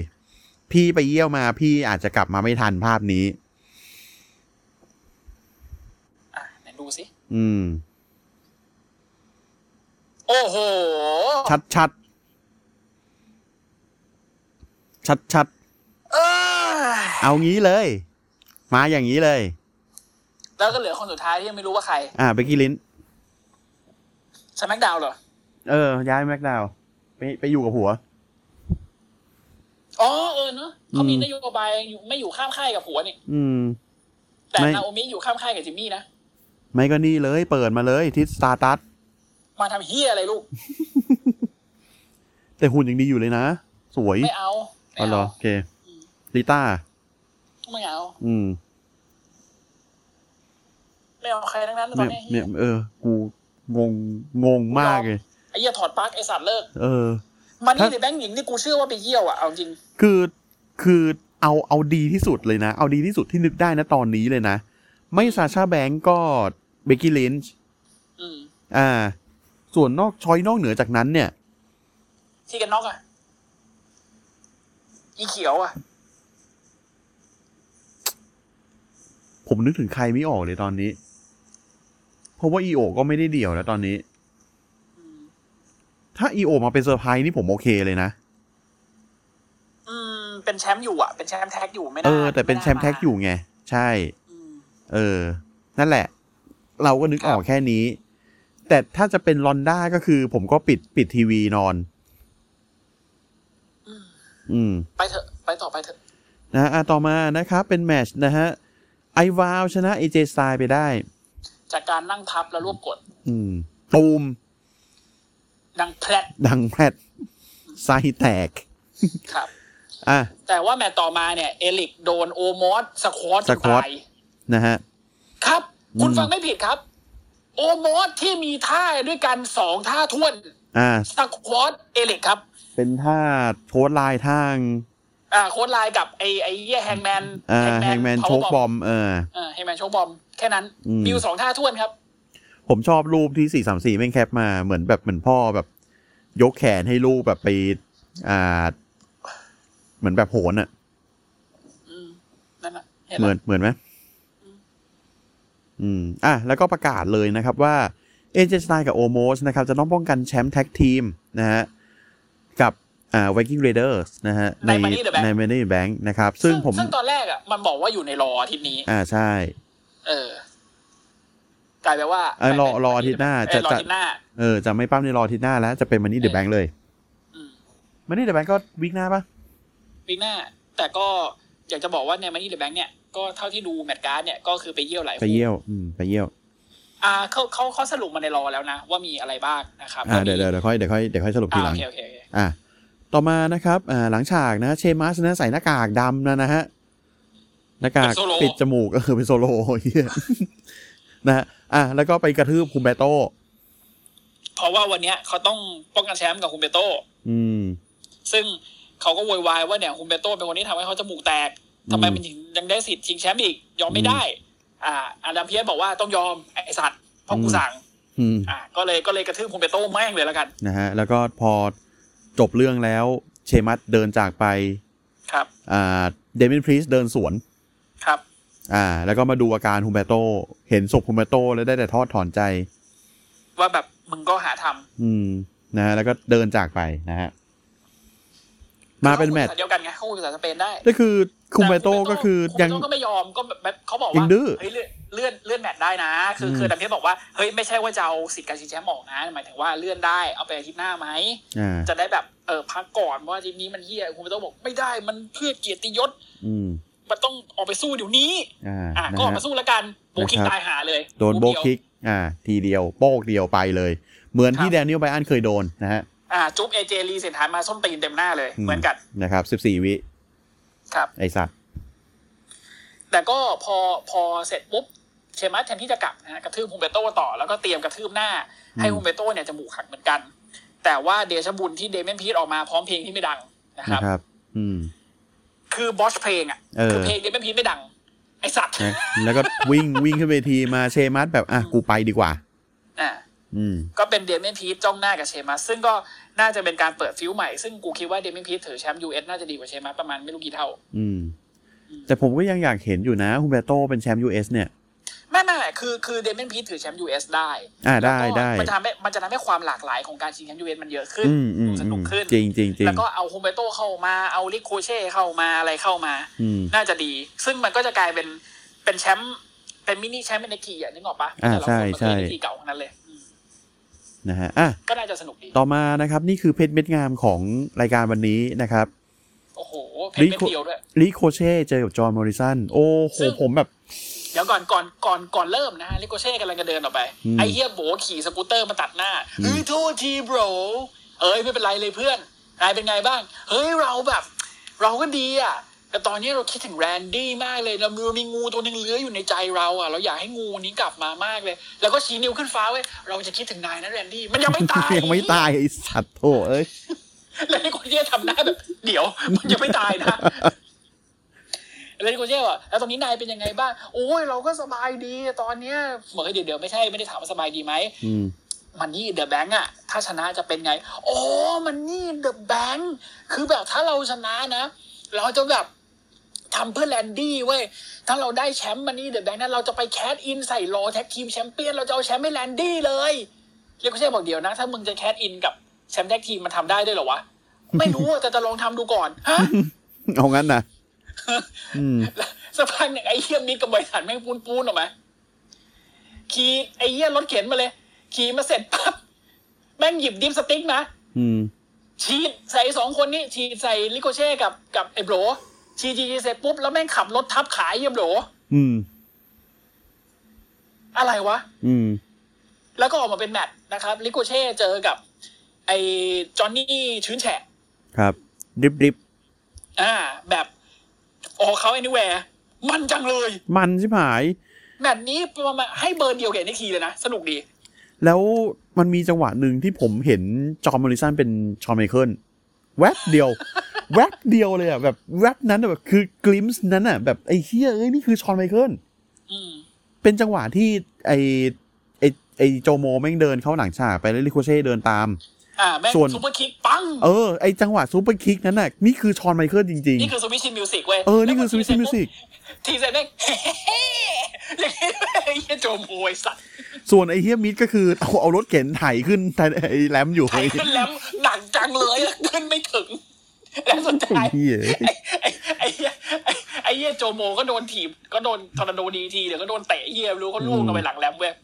[SPEAKER 1] พี่ไปเยี่ยวมาพี่อาจจะกลับมาไม่ทันภาพนี้
[SPEAKER 2] อ่ะไหนดูสิ
[SPEAKER 1] อืม
[SPEAKER 2] โอ้โห
[SPEAKER 1] ชัดชัดชัดชัด
[SPEAKER 2] เออ
[SPEAKER 1] ๆ เอางี้เลย มาอย่างนี้เลย
[SPEAKER 2] แล้วก็เหลือคนสุดท้ายที่ยังไม่รู้ว่าใคร
[SPEAKER 1] อ่าเบกกี้ลิน
[SPEAKER 2] สมักดาวเหรอ
[SPEAKER 1] เออ ย้ายแม็กดาวน์ไปไปอยู่กับหัว
[SPEAKER 2] อ๋อเออเนอะเขามี
[SPEAKER 1] อืม
[SPEAKER 2] นโยบายอยู่ไม่อยู่ข้ามค่ายกับผัวนี่
[SPEAKER 1] อืม
[SPEAKER 2] แต่
[SPEAKER 1] ไม่
[SPEAKER 2] นาโอมิอยู่ข้ามค่ายกับจิมมี่นะ
[SPEAKER 1] ไม่ก็นี่เลย เปิดมาเลยที่สตาร์ทัส
[SPEAKER 2] มาทำเฮียอะไรลูก
[SPEAKER 1] แต่หุ่นยังดีอยู่เลยนะ สวย
[SPEAKER 2] ไม่เอาไม่
[SPEAKER 1] อ๋อเหรอ
[SPEAKER 2] เอา
[SPEAKER 1] โอเคลิต้า
[SPEAKER 2] ไม่เอา
[SPEAKER 1] อืม
[SPEAKER 2] ไม่เอาใครทั้งนั้นตอ
[SPEAKER 1] เนี่
[SPEAKER 2] น
[SPEAKER 1] ย
[SPEAKER 2] นี้
[SPEAKER 1] เนี่ยเออ กูงงงงมากเลย
[SPEAKER 2] ไอ้เหี้ยถอดปลั๊กไอ้สัตว์เลิก
[SPEAKER 1] เออ
[SPEAKER 2] มันนี่
[SPEAKER 1] ถ้า
[SPEAKER 2] ในแบงค์หญิงนี่กูเชื่อว่าไปเยี่ยวอ่ะเอาจริง
[SPEAKER 1] คือคือเอาเอาดีที่สุดเลยนะ เอาดีที่สุดที่นึกได้นะตอนนี้เลยนะ ไม่ซาชาแบงก์ก็เบกกี้ลินช์
[SPEAKER 2] อืม
[SPEAKER 1] อ่า ส่วนนอกช้อยนอกเหนือจากนั้นเนี่ย
[SPEAKER 2] ที่กันน็อกอ่ะอีเขียวอ่ะ
[SPEAKER 1] ผมนึกถึงใครไม่ออกเลยตอนนี้ เพราะว่าอีโอก็ไม่ได้เดี่ยวแล้วตอนนี้
[SPEAKER 2] อืม
[SPEAKER 1] ถ้าอีโอมาเป็นเซอร์ไพรส์นี่ผมโอเคเลยนะ
[SPEAKER 2] อืม เป็นแชมป์อยู่อ่ะ เป็นแชมป์แท็กอยู่ไม่น่า
[SPEAKER 1] เออ แต่เป็นแชมป์แท็กอยู่ไง ใช่
[SPEAKER 2] อืม
[SPEAKER 1] เออ นั่นแหละ เราก็นึกออกแค่นี้ แต่ถ้าจะเป็นลอนด้าก็คือ ผมก็ปิดปิดทีวีนอน
[SPEAKER 2] อืม
[SPEAKER 1] อืม
[SPEAKER 2] ไปเถอะ ไปต่อไปเถอะ
[SPEAKER 1] นะอ่ะต่อมานะครับ เป็นแมตชนะฮะ ไอวาวชนะเอเจสไตล์ไปได้
[SPEAKER 2] จากการนั่งพับแล้วรวบกด
[SPEAKER 1] อืม ตูม
[SPEAKER 2] ดังแพลด
[SPEAKER 1] ดังแพรดไส้แตก
[SPEAKER 2] ครับ
[SPEAKER 1] อ่ะ
[SPEAKER 2] แต่ว่าแมตต์ต่อมาเนี่ย เอลิกโดนโอมอสสควอต
[SPEAKER 1] สควอต
[SPEAKER 2] ตาย
[SPEAKER 1] นะฮะ
[SPEAKER 2] ครับ คุณ
[SPEAKER 1] อืม
[SPEAKER 2] ฟังไม่ผิดครับ โอมอสที่มีท่าด้วยกันสองท่าท้วน
[SPEAKER 1] อ่า
[SPEAKER 2] สควอตเอลิกครับ
[SPEAKER 1] เป็นท่าโพสต์ไลน์ทาง
[SPEAKER 2] อ่า โค้ดไลน์กับไอไอเหี้ยแฮงแมน
[SPEAKER 1] อ่าแฮงแมนโชกบอม เออ
[SPEAKER 2] เออแฮงแมนโชคบอม แค่นั้น
[SPEAKER 1] อืม
[SPEAKER 2] บิวสองท่าท้วนครับ
[SPEAKER 1] ผมชอบรูปที่สี่สามสี่แม่งแคปมาเหมือนแบบเหมือนพ่อแบบ ยกแขนให้ลูกแบบไป อ่า เหมือนแบบโหนอะ
[SPEAKER 2] อืม นั่นแหละห็
[SPEAKER 1] เห
[SPEAKER 2] ไหม
[SPEAKER 1] มือนเหมือนไหมอืม อ่ะ แล้วก็ประกาศเลยนะครับว่าเอเจสไตกับโอโมสนะครับ จะต้องป้องกันแชมป์แท็กทีมนะฮะ กับอ่าไวกิ้งเรเดอร์สนะฮะ
[SPEAKER 2] ใน Money in the Bank
[SPEAKER 1] ในมันนี่แบงค์นะครับ ซึ่งผม
[SPEAKER 2] ซึ่งตอนแรกอ่ะมันบอกว่าอยู่ในรออาทิตย์นี้
[SPEAKER 1] อ่าใช่
[SPEAKER 2] เออ กลายแปลว่า
[SPEAKER 1] เออรอรออาทิตย์หน้าจะ
[SPEAKER 2] จะรอ
[SPEAKER 1] จะ
[SPEAKER 2] อาทิตย์หน้า
[SPEAKER 1] เออ จะไม่ปั้มในรออาทิตย์หน้าแล้ว จะเป็นมันนี่เดอะแบงค์เลย
[SPEAKER 2] อืม
[SPEAKER 1] มันนี่เดอะแบงค์ก็วิกหน้าปะ
[SPEAKER 2] ปีหน้า แต่ก็อยากจะบอกว่าในมันนี่เดอะแบงค์เนี่ยก็เท่าที่ดูแมตช์การ์ดเนี่ยก็คือไปเยี่ยวหลาย
[SPEAKER 1] ไปเยี่ยว อืม ไปเยี่ยว
[SPEAKER 2] อ่าเขาเขาเขาสรุปมาในรอแล้วนะ ว่ามีอะไรบ้างนะครับ
[SPEAKER 1] อ่า เดี๋ยวเดี๋ยวเดี๋ยวค่อย เดี๋ยวค่อย เดี๋ยวค่อยสรุปที
[SPEAKER 2] อ่า
[SPEAKER 1] หลั
[SPEAKER 2] โอง เคโอเคโอเค
[SPEAKER 1] อ่า ต่อมานะครับ อ่า หลังฉากนะ เชมัสนะใส่หน้ากากดำนะนะฮะ หน้ากากปิดจมูก เออ เป็นโซโลเฮีย นะฮะ อ่า แล้วก็ไปกระทืบคุมแบโต้
[SPEAKER 2] เพราะว่าวันเนี้ยเขาต้องป้องกันแชมป์กับคุณเปโต้
[SPEAKER 1] อืม
[SPEAKER 2] ซึ่งเขาก็โวยวายว่าเนี่ยคุณเปโต้เป็นคนที่ทำให้เขาจมูกแตกทำไมมันถึงยังได้สิทธิ์ชิงแชมป์อีก ยอมไม่ได้ อ่าอาดามเพียสบอกว่าต้องยอมไอสัตว์เพราะกูสั่ง
[SPEAKER 1] อืม
[SPEAKER 2] อ่ะก็เลยก็เลยกระทืบคุณเปโต้แม่งเลยแล้วกัน
[SPEAKER 1] นะฮะ แล้วก็พอจบเรื่องแล้ว เชมัสเดินจากไป
[SPEAKER 2] ครับ
[SPEAKER 1] อ่า เดมินพรีสเดินสวน
[SPEAKER 2] ครับ
[SPEAKER 1] อ่า แล้วก็มาดูอาการฮุมเบโต เห็นศพฮุมเบโตแล้วได้แต่ทอดถอนใจ
[SPEAKER 2] ว่าแบบมึงก็หาท
[SPEAKER 1] อืม นะฮะ แล้วก็เดินจากไปนะฮะ
[SPEAKER 2] ำ
[SPEAKER 1] มาเป็นแมตช์
[SPEAKER 2] ขาคุยภาษาเดียวกันไงเขาคุยภาษาสเปนได้
[SPEAKER 1] ก็คือคุมเบโตก็คือยัง
[SPEAKER 2] คุณเปโต้ก็ไม่ยอมก็แบบเขาบอก
[SPEAKER 1] ยั
[SPEAKER 2] ว่าง
[SPEAKER 1] ดื้อ
[SPEAKER 2] เฮ้ยเลื่อนเลื่อนเลื่อนแมตช์ได้นะ คือ
[SPEAKER 1] อืม
[SPEAKER 2] คือดัมเพียบอกว่าเฮ้ยไม่ใช่ว่าจะเอาสิทธิ์การชิงแชมป์ออกนะหมายถึงว่าเลื่อนได้เอาไปอาทิตย์หน้าไหม
[SPEAKER 1] อ่า
[SPEAKER 2] จะได้แบบเออพักก่อนเพราะว่าอาทีนี้มันเฮียคุณเปโต้บอกไม่ได้มันเพื่อเกียรติยศ
[SPEAKER 1] อืม
[SPEAKER 2] มันต้องออกไปสู้เดี๋ยวนี้
[SPEAKER 1] อ่า
[SPEAKER 2] อ่ะ
[SPEAKER 1] นะ
[SPEAKER 2] ก็ออก
[SPEAKER 1] ฮะ
[SPEAKER 2] มาสู้แล้วกันโบคิก
[SPEAKER 1] นะครับ
[SPEAKER 2] ตายหาเลย
[SPEAKER 1] โดนโบ
[SPEAKER 2] รูป
[SPEAKER 1] คิ
[SPEAKER 2] เยว
[SPEAKER 1] ก อ่า ทีเดียวโป๊กเดียวไปเลย เหมือนที่
[SPEAKER 2] ครับ
[SPEAKER 1] แดเนียลไบรอันเคยโดนนะฮะ
[SPEAKER 2] อ่าจุ๊บเอเจรีเสร็จหายมาส้นตีนเต็มหน้าเลย
[SPEAKER 1] อืม
[SPEAKER 2] เหมือนกัน
[SPEAKER 1] นะครับสิบสี่วิ
[SPEAKER 2] ครับ
[SPEAKER 1] ไอสัตว์
[SPEAKER 2] แต่ก็พอพอเสร็จปุ๊บเชมัสแทนที่จะกลับนะฮะกระทืบฮูมเบโต้ต่อแล้วก็เตรียมกระทืบหน้า ให้ฮูมเบโต้เนี่ยจมูกหักเหมือนกัน แต่ว่าเดชะบุญที่เดเมนพีทออกมาพร้อมเพลงที่ไม่ดังนะครับ
[SPEAKER 1] นะครับ อืม
[SPEAKER 2] คือบอชเพลงอ่ะ
[SPEAKER 1] เออ
[SPEAKER 2] คือเพลงเดเมนพีทไม่ดัง ไอสัตว์
[SPEAKER 1] นะแล้วก็ วิ่งวิ่งขึ้นเวทีมาเชมัสแบบอ่ะกูไปดีกว่า
[SPEAKER 2] อ่า
[SPEAKER 1] อืม
[SPEAKER 2] ก็เป็นเดเมนพีทจ้องหน้ากับเชมัสซึ่งก็น่าจะเป็นการเปิดฟิวใหม่ ซึ่งกูคิดว่าเดเมนพีทถือแชมป์ยูเอสน่าจะดีกว่าเชมัสประมาณไม่รู้กี่เท่า
[SPEAKER 1] อืม แต่ผมก็ยังอยากเห็นอยู่นะฮูเบโตเป็นแชมป์ยูเอสเนี่ย
[SPEAKER 2] ไม่ไม่ไม่คือคือเดเมนพีทถือแชมป์ยูเอสได้
[SPEAKER 1] อ่าได้
[SPEAKER 2] แล้วก็
[SPEAKER 1] ได้
[SPEAKER 2] มันจะทำให้มันจะทำให้ความหลากหลายของการชิงแชมป์ยูเอสมันเยอะขึ้น
[SPEAKER 1] อืมอืม
[SPEAKER 2] ส
[SPEAKER 1] อื
[SPEAKER 2] นุก
[SPEAKER 1] ม
[SPEAKER 2] ขึ้น
[SPEAKER 1] จริงจริงจริง
[SPEAKER 2] แล้วก็เอาโฮมเบโต้เข้ามา เอาลิโคเช่เข้ามาอะไรเข้ามา
[SPEAKER 1] อืม
[SPEAKER 2] น่าจะดี ซึ่งมันก็จะกลายเป็นเป็นแชมป์เป็นมินิแชมป์เป็นเอ็กซ์กีอ่ะนึกออกปะ
[SPEAKER 1] อ่าใช่ใช่
[SPEAKER 2] เอ็กซ์กีเก่าทั้งนั้นเลยอืม
[SPEAKER 1] นะฮะอ่ะ
[SPEAKER 2] ก็น่าจะสนุกดี
[SPEAKER 1] ต่อมานะครับ นี่คือเพชรเม็ดงามของรายการวันนี้นะครับ
[SPEAKER 2] โอ้โห เพชรเม็ด
[SPEAKER 1] Rico-
[SPEAKER 2] เดียวด้วย
[SPEAKER 1] ลิโคเช่เจอกับจอห์นมอริสันโอ้โห
[SPEAKER 2] ซึ่ง
[SPEAKER 1] ผมแบบ
[SPEAKER 2] เดี๋ยวก่อนก่อนก่อนก่อนเริ่มนะฮะลิโกเช่กำลังจะเดินออกไป
[SPEAKER 1] อืม
[SPEAKER 2] ไอ้เฮียโบขี่สกูตเตอร์มาตัดหน้าเฮ้ยโทษทีโบรเอ้ยไม่เป็นไรเลยเพื่อนนายเป็นไงบ้าง เฮ้ยเราแบบ เราก็ดีอ่ะ แต่ตอนนี้เราคิดถึงแรนดี้มากเลยเราเรามีงูตัวหนึ่งเลื้อยอยู่ในใจเราอ่ะ เราอยากให้งูนี้กลับมามากเลย แล้วก็ชี้นิ้วขึ้นฟ้าเว้ยเราจะคิดถึงนายนะแรนดี้มันยังไม่ตาย
[SPEAKER 1] ยังไม่ตายไอสัตว์โถเอ้ย
[SPEAKER 2] แล้วไอ้คนเชี่ยทำหน้าแบบ เดี๋ยว มันยังไม่ตายนะแล้วไอ้คนเชี่ยว่ะแล้วตอนนี้นายเป็นยังไงบ้าง โอ้ยเราก็สบายดีตอนเนี้ยบอกให้เดี๋ยวเดี๋ยวไม่ใช่ไม่ได้ถามว่าสบายดีไหม
[SPEAKER 1] อืม
[SPEAKER 2] มันนี่เดอะแบงก์อะถ้าชนะจะเป็นไง โอ้มันนี่เดอะแบงก์คือแบบถ้าเราชนะนะ เราจะแบบทำเพื่อแลนดี้เว้ย ถ้าเราได้แชมป์มันนี่เดอะแบงก์นั้นเราจะไปแคสอินใส่รอแท็กทีมแชมเปี้ยน เราจะเอาแชมป์ให้แลนดี้เลยเรียกก็ใช่บอกเดียวนะ ถ้ามึงจะแคสอินกับแชมป์แท็กทีมมันทำได้ด้วยเหรอวะ ไม่รู้อะแต่จะลองทำดูก่อนฮะ
[SPEAKER 1] เอางั้นนะอืม
[SPEAKER 2] สักพักหนึ่งไอ้เหี้ยมิดกับบริษัทแม่งปูนปูนออกมา ขี่ไอ้เหี้ยรถเข็นมาเลย ขี่มาเสร็จปั๊บแม่งหยิบดิฟสติ๊กมา
[SPEAKER 1] อืม
[SPEAKER 2] ฉีดใส่ไอ้สองคนนี้ฉีดใส่ลิโกเช่กับกับไอ้โบรฉีดฉีดฉีดเสร็จปุ๊บ แล้วแม่งขับรถทับขายเยี่ยโบร
[SPEAKER 1] อืม
[SPEAKER 2] อะไรวะ
[SPEAKER 1] อืม
[SPEAKER 2] แล้วก็ออกมาเป็นแมตช์นะครับลิโกเช่เจอกับ ไอ้จอห์นนี่ชื้นแฉะ
[SPEAKER 1] ครับ ดริบดริบ
[SPEAKER 2] อ่า แบบออกเขาไอ้นิแวร์มันจังเลย
[SPEAKER 1] มันชิบหาย
[SPEAKER 2] แมตช์นี้ประมาณให้เบอร์เดียวกับเอ็นทีเลยนะ สนุกดี
[SPEAKER 1] แล้วมันมีจังหวะหนึ่งที่ผมเห็นจอห์นมอริสันเป็นชอนไมเคิลแวบเดี ยว แวบเดียวเลยอ่ะ แบบแวบนั้นอะแบบคือกลิมส์นั้นอ่ะ แบบไอ้เฮียเอ้ย นี่คือชอนไมเคิล
[SPEAKER 2] อืม
[SPEAKER 1] เป็นจังหวะที่ไอ้ไอ้ไอ้โจโมแม่งเดินเข้าหลังฉากไปแล้วลิโคเช่เดินตาม
[SPEAKER 2] อ่าแม่ง
[SPEAKER 1] ส่วน
[SPEAKER 2] ซูเปอร์คิกปัง
[SPEAKER 1] เออ ไอ้จังหวะซูเปอร์คิกนั้นน่ะ นี่คือชอนไมเคิลจริง
[SPEAKER 2] นี่คือสวิชชินมิวสิกเว้ย
[SPEAKER 1] ๆ เออ นี่คือสวิตช์มิวสิก
[SPEAKER 2] ทีเซนแม่ง เฮ้เฮ้เฮ้อย่างนี้ไอ้เหี้ยโจมโวยสัตว์
[SPEAKER 1] ส่วนไอ้เฮียมิดก็คือเอาเอารถเข็นไถขึ้นไถไอ้แรมอยู่
[SPEAKER 2] ไทยขึ้นแล้วหนักจังเลยขึ้นไม่ถึง แล้วสุดท้าย
[SPEAKER 1] เฮีย
[SPEAKER 2] ไอ้ไอ้เหี้ยไอ้ไอ้เหี้ยโจโมก็โดนถีบก็โดนทอร์นาโดดีทีเดี๋ยวก็โดนเตะเหี้ยไม่รู้เขาล่วงลงไปหลังแรมเว้ย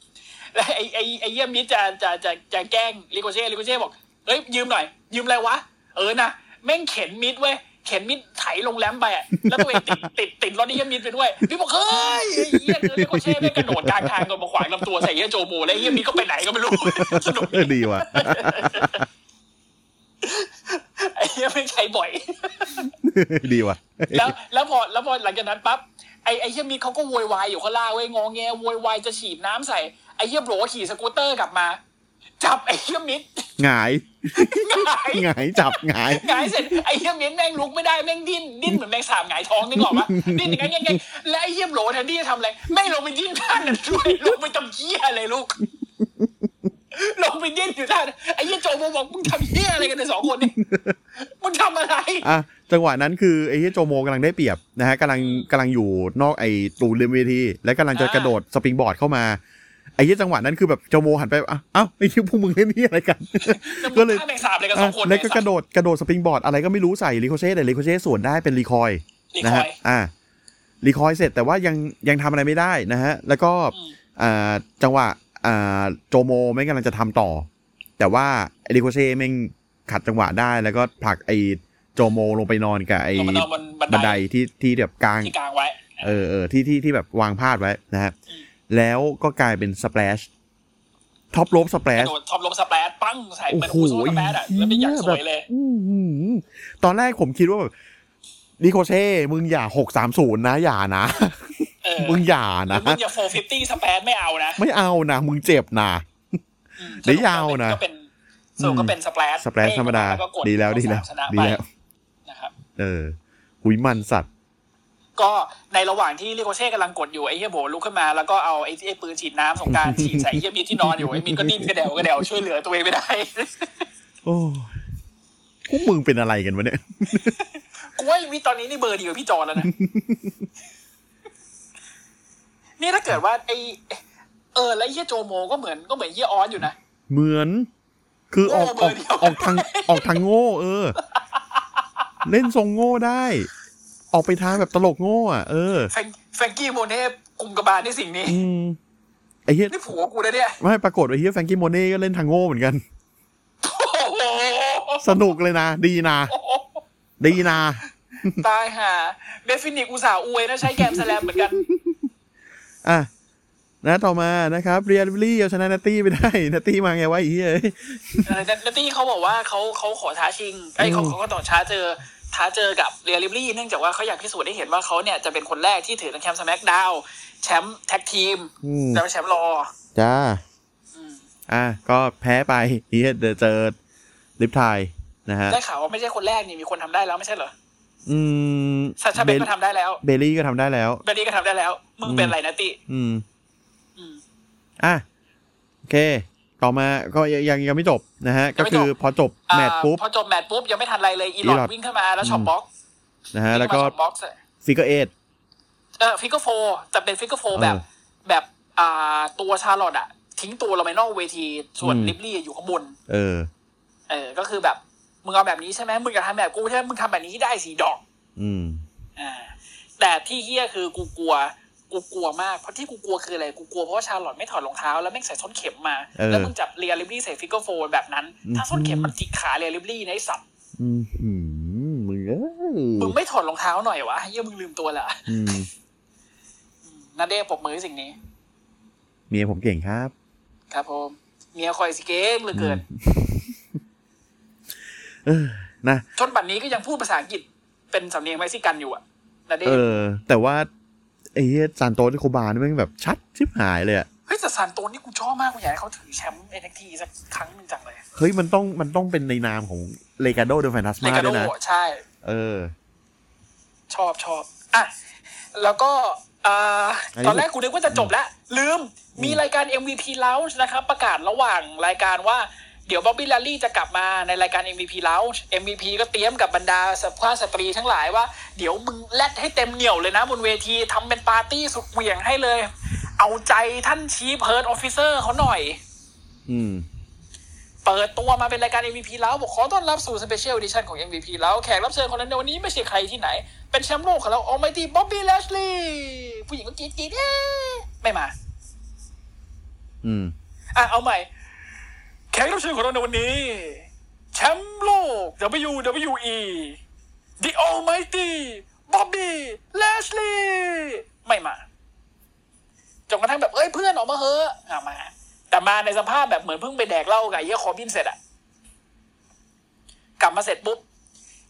[SPEAKER 2] แล้วไอ้ไอ้ไอ้เหี้ยมิดจะจะจะจะแกล้งลิโกเช่ลิโกเช่บอกเฮ้ยยืมหน่อย ยืมอะไรวะ เออนะแม่งเข็นมิดเว้ยเข็นมิดไถลงแรมไปอะแล้วตัวเองติดติดติดรถไอ้เหี้ยมิดไปด้วยพี่บอกเฮ้ยไอ้เหี้ยลิโกเช่แม่งกระโดดกลางทางก่อนมาขวางลำตัวใส่เหี้ยโจโมแล้วไอ้เหี้ยมิดก็ไปไหนก็ไม่รู้ สนุก
[SPEAKER 1] เออดีว่ะ
[SPEAKER 2] ไอ้เหี้ยไม่ใช้บ่อย
[SPEAKER 1] ดีว่ะ
[SPEAKER 2] แล้วแล้วพอแล้วพอหลังจากนั้นปั๊บไอ้ไอ้เฮียมีเขาก็โวยวายอยู่ข้างล่างเว้ยงอแงโวยวายจะฉีดน้ำใส่ไอ้เฮียโบรขี่สกูตเตอร์กลับมา จับไอ้เฮียมิด
[SPEAKER 1] หงาย
[SPEAKER 2] หงาย
[SPEAKER 1] หงายจับหงาย
[SPEAKER 2] หงายเสร็จไอ้เฮียมิดแม่งลุกไม่ได้แม่งดิ้นดิ้นเหมือนแมงสาบหงายท้องนึกออกปะดิ้นอย่างงั้นอย่างงั้นและไอ้เฮียโบรแทนที่จะทำอะไรแม่งลงไปดิ้นท่านั้นด้วยลงไปทำเฮียอะไรลูก ลงไปดิ้นอยู่ท่านั้นไอ้เฮียโจโมบอกมึงทำเฮียอะไรกันเนี่ยสองคนเนี่ยมึงทำอะไร
[SPEAKER 1] อ่ะ จังหวะนั้นคือไอ้เฮียโจโมกำลังได้เปรียบนะฮะกำลังกำลังอยู่นอกไอ้ตูริมเวที และกำลังจะ
[SPEAKER 2] อ่าก ก
[SPEAKER 1] ระโดดสปริงบอร์ดเข้ามา ไอ้เฮียจังหวะนั้นคือแบบโจโมหันไปอ่ะเอ้าไอ้เฮียพวกมึงเล่นนี่อะไรกัน ก็เลย
[SPEAKER 2] ท่าแมงสาบอะไรกันส
[SPEAKER 1] อ่ะ
[SPEAKER 2] องคน
[SPEAKER 1] แล้ว
[SPEAKER 2] เนี่ย
[SPEAKER 1] ก็กระโดดกระโดดสปริงบอร์ดอะไรก็ไม่รู้ใส่ลิโคเช่แต่ลิโคเช่ส่วนได้เป็นรีคอย
[SPEAKER 2] นี่
[SPEAKER 1] นะ
[SPEAKER 2] ค
[SPEAKER 1] ฮะ
[SPEAKER 2] อย
[SPEAKER 1] อ่า รีคอยเสร็จแต่ว่ายังยังทำอะไรไม่ได้นะฮะ แล้วก็
[SPEAKER 2] อืม
[SPEAKER 1] อ่าจังหวะอ่าโจโมไม่งกำลังจะทำต่อ แต่ว่าไอริโคเช่แม่งขัดจังหวะได้แล้วก็ผลักไอโจโมลงไปนอนกับไอ
[SPEAKER 2] ลงมานอนบนบัน
[SPEAKER 1] บัน
[SPEAKER 2] ได
[SPEAKER 1] ไดที่ที่แบบกลาง
[SPEAKER 2] ที่กลางไว้
[SPEAKER 1] เออเออที่ที่ที่แบบวางพาดไว้นะฮะ แล้วก็กลายเป็นสเปลช ท็อปโรปสเปร
[SPEAKER 2] ก
[SPEAKER 1] ส
[SPEAKER 2] ระโดดทอมลมสแปรดปั้งใส่เหมือน
[SPEAKER 1] โอ้โห
[SPEAKER 2] คูซูสแปรดอ่ะแล้วเป็นอย่างสวยเลย
[SPEAKER 1] แบบ อื้อหือตอนแรกผมคิดว่าแบบนิโคเช่ มึงอย่าหกสามศูนย์นะ อย่านะ
[SPEAKER 2] เออ
[SPEAKER 1] มึงอย่านะ
[SPEAKER 2] มึงอย่าโฟฟิฟตี้สแปรดไม่เอานะ
[SPEAKER 1] ไม่เอานะ มึงเจ็บนะ
[SPEAKER 2] อืม
[SPEAKER 1] เดี๋ยวยาวนะ
[SPEAKER 2] ก็เป็นสรุปก็เป็นสแปรด
[SPEAKER 1] สแปรดธรรมดา
[SPEAKER 2] ก็ก
[SPEAKER 1] ดีแล้วดีแล้ว
[SPEAKER 2] สามชนะ
[SPEAKER 1] ดี
[SPEAKER 2] ไป
[SPEAKER 1] แล้ว
[SPEAKER 2] นะครับ
[SPEAKER 1] เออ หุยมันสัตว์
[SPEAKER 2] ก็ในระหว่างที่ลิโกเช่กำลังกดอยู่ไอ้เฮียโบลุกขึ้นมาแล้วก็เอาไอ้ไอ้ปืนฉีดน้ำสงกรารฉีดใส่ไอ้เฮียมีที่นอนอยู่ไอ้มีก็ดิ้นกระเดวกระเดวช่วยเหลือตัวเองไม่ได้
[SPEAKER 1] โอ้ยพวกมึงเป็นอะไรกันวะเนี่ย
[SPEAKER 2] กูว่าวิตอนนี้นี่เบอร์ดีกว่าพี่จอนแล้วนะ นี่ถ้าเกิดว่าไอเออ แล้วไอ้เฮียโจโมก็เหมือนก็เหมือนเฮียออสอยู่นะ
[SPEAKER 1] เหมือน คือออกออก
[SPEAKER 2] โง่เบอร์เดียว
[SPEAKER 1] ออกทางออกทางโง่ เออ เล่นทรงโง่ได้ ออกไปทางแบบตลกโง่อ่ะ เออ
[SPEAKER 2] แฟรงแฟรงกี้โมเน่กลุ่มกบาลในสิ่ งนี้
[SPEAKER 1] อืมไอ้เหี้ย
[SPEAKER 2] นี่ผัวกูนะเนี่ย
[SPEAKER 1] ไม่ปรากฏไอ้เหี้ยแฟรงกี้โมเน่ก็เล่นทางโง่เหมือนกัน
[SPEAKER 2] โอ้โห
[SPEAKER 1] สนุกเลยนะ ดีนะ ดีนะ
[SPEAKER 2] ตายห่าเบฟฟินิกอุตส่าห์อวยนะใช้แกมสแลมเหมือนกัน
[SPEAKER 1] อ่ะนะต่อมานะครับเรียลลี่เอาชนะนัตตี้ไปได้ นัตตี้มาไงวะไอ้เหี้ย
[SPEAKER 2] เออแต่นัตตี้เขาบอกว่าเขาเขาขอท้าชิงไอ้ยเขา
[SPEAKER 1] อืม
[SPEAKER 2] เขาก็ต่อท้าเจอท้าเจอกับเรียลิบลี่เนื่องจากว่าเขาอยากพิสูจน์ได้เห็นว่าเขาเนี่ยจะเป็นคนแรกที่ถือทั้งแชมป์สแมกดาวแชมป์แท็กทีม
[SPEAKER 1] อืม
[SPEAKER 2] แล้วก็แชมป์รอ
[SPEAKER 1] จ้า
[SPEAKER 2] อืม
[SPEAKER 1] อ่ะก็แพ้ไปไอ้เหี้ยเดี๋ยวเจอลิฟทายนะฮะ
[SPEAKER 2] ได้ข่าวว่าไม่ใช่คนแรกนี่มีคนทำได้แล้วไม่ใช่เหรอ
[SPEAKER 1] อืม
[SPEAKER 2] ซาชาเบนก็ทำได้แล้ว
[SPEAKER 1] เบลลี่ก็ทำได้แล้ว
[SPEAKER 2] เบนนี่ก็ทำได้แล้วมึงเป็นอะไรนะติ
[SPEAKER 1] อืม
[SPEAKER 2] อืม
[SPEAKER 1] อ่ะ โอเค ต่อมาก็ยังยังยังไม่จบนะฮะ
[SPEAKER 2] ยั
[SPEAKER 1] ก็
[SPEAKER 2] งไม่จ
[SPEAKER 1] คื
[SPEAKER 2] บ
[SPEAKER 1] อพอจบ
[SPEAKER 2] อ่า
[SPEAKER 1] แมตช์ปุ๊บ
[SPEAKER 2] พอจบแมตช์ปุ๊บยังไม่ทันไรเลยอีหลอ
[SPEAKER 1] อีหล
[SPEAKER 2] ด
[SPEAKER 1] อด
[SPEAKER 2] วิ่งเข้ามาแล้วช็อปบ็อกซ์
[SPEAKER 1] นะฮะ แล้ว
[SPEAKER 2] ง
[SPEAKER 1] ก็
[SPEAKER 2] เข้ามาช็อปบ็อกซ์
[SPEAKER 1] ฟิกเกอร์เอท
[SPEAKER 2] เออฟิกเกอร์โฟแต่เป็นฟิกเกอร์โฟแบบ
[SPEAKER 1] เออ
[SPEAKER 2] แบบอ่าตัวชาร์ลอตอะทิ้งตัวลงไปนอกเวทีส่วน
[SPEAKER 1] อืม
[SPEAKER 2] ลิบลี่อยู่ข้างบน
[SPEAKER 1] เออ
[SPEAKER 2] เออ ก็คือแบบ มึงเอาแบบนี้ใช่ไหมมึงจะทำแบบกูใช่ไหมมึงทำแบบนี้ได้สีดอก
[SPEAKER 1] อืม
[SPEAKER 2] อ่า แต่ที่เฮี้ยคือกูกลัว กูกลัวมาก เพราะที่กูกลัวคืออะไร กูกลัวเพราะว่าชาร์ลอตไม่ถอดรองเท้าแล้วแม่งใส่ส้นเข็มมา
[SPEAKER 1] เออ
[SPEAKER 2] แล้วมึงจับเรียลิบลี่ใส่ฟิกเกอร์โฟแบบนั้น
[SPEAKER 1] อืม
[SPEAKER 2] ถ้าส้นเข็มมันจิกขาเรียลิบลี่ในะไอ้สัตว์
[SPEAKER 1] อืมหืมมึงเอ้
[SPEAKER 2] มึง
[SPEAKER 1] ย
[SPEAKER 2] ไม่ถอดรองเท้าหน่อยวะเฮี้ยมึงลืมตัวละ
[SPEAKER 1] อืม
[SPEAKER 2] นาเด้ปรบมือให้สิ่งนี้
[SPEAKER 1] เมียผมเก่งครับ
[SPEAKER 2] ครับผมเมียคอยสิเก้งเหลือเกิน
[SPEAKER 1] เออ นะ
[SPEAKER 2] จนบัดนี้ก็ยังพูดภาษาอังกฤษเป็นสำเนียงเม็กซิกันอยู่อะนาเด้
[SPEAKER 1] เออ แต่ว่า ไอ้เหี้ยซานโตสโคบานี่แม่งแบบชัดชิบหายเลยอะ
[SPEAKER 2] เฮ้ยแต่ซานโตนี่กูชอบมากกูอยากให้เขาถือแชมป์เอ็นเอ็กทีสักครั้งหนึ่งจังเลย
[SPEAKER 1] เฮ้ย มันต้อง มันต้องเป็นในนามของเลกาโดเดอะแฟนตาสมาก
[SPEAKER 2] เลาโด
[SPEAKER 1] ด้วยนะ
[SPEAKER 2] ใช่
[SPEAKER 1] เออ
[SPEAKER 2] ชอบชอบอ่ะแล้วก็อ่า
[SPEAKER 1] อันนี้
[SPEAKER 2] ตอนแรกกูนึกว่าจะจบแล้ว ลืมมีรายการ MVP Lounge นะครับ ประกาศระหว่างรายการว่า เดี๋ยวบ๊อบบี้ลารี่จะกลับมาในรายการ MVP Lounge MVP ก็เตรียมกับบรรดาสภาพสตรีทั้งหลายว่า เดี๋ยวมึงแลดให้เต็มเหนี่ยวเลยนะบนเวทีทำเป็นปาร์ตี้สุดเหวี่ยงให้เลย เอาใจท่านชีพเฮิร์ดออฟฟิเซอร์เขาหน่อย
[SPEAKER 1] อืม
[SPEAKER 2] เปิดตัวมาเป็นรายการ MVP แล้วบอกขอต้อนรับสู่ Special Edition ของ MVP แล้วแขกรับเชิญคนนั้นในวันนี้ไม่ใช่ใครที่ไหน เป็นแชมป์โลกของเรา Almighty Bobby Lashley ผู้หญิงก็กรีดกรีดเอ๊ะไม่มา
[SPEAKER 1] อืม
[SPEAKER 2] อ่ะ เอาใหม่ แขกรับเชิญของเราในวันนี้ แชมป์โลก WWE The Almighty Bobby Lashley ไม่มาจนกระทั่งแบบ เอ้ยเพื่อนออกมาเหอะอ่ะมา แต่มาในสภาพแบบเหมือนเพิ่งไปแดกเหล้ากับไอ้เยี่ยคอบินเสร็จอะกลับมาเสร็จปุ๊บ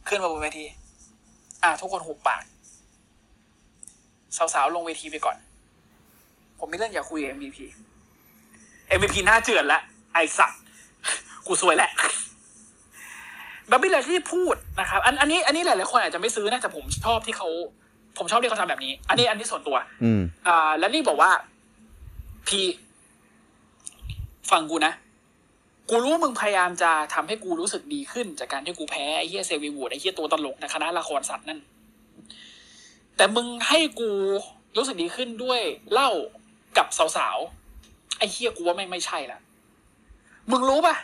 [SPEAKER 2] ขึ้นมาบนเวที อ่ะ ทุกคนหุบปาก สาวๆ ลงเวทีไปก่อน ผมมีเรื่องอยากคุยกับ MVP MVP หน้าเจือนละไอสัตว์กูซวยแหละบับบี้เลที่พูดนะครับอันอันนี้อันนี้หลาย ๆ คนอาจจะไม่ซื้อนะแต่ผมชอบที่เขาผมชอบที่เขาทำแบบนี้ อันนี้อันนี้ส่วนตัว
[SPEAKER 1] อืม
[SPEAKER 2] อ่าแล้วนี่บอกว่า พีฟังกูนะ กูรู้มึงพยายามจะทำให้กูรู้สึกดีขึ้น จากการที่กูแพ้ไอ้เหี้ยเซวีวูดไอ้เหี้ยตัวตลกในคณะละครสัตว์นั่น แต่มึงให้กูรู้สึกดีขึ้นด้วยเหล้ากับสาวๆ ไอ้เหี้ยกูว่าไม่งไม่ใช่ละมึงรู้ปะ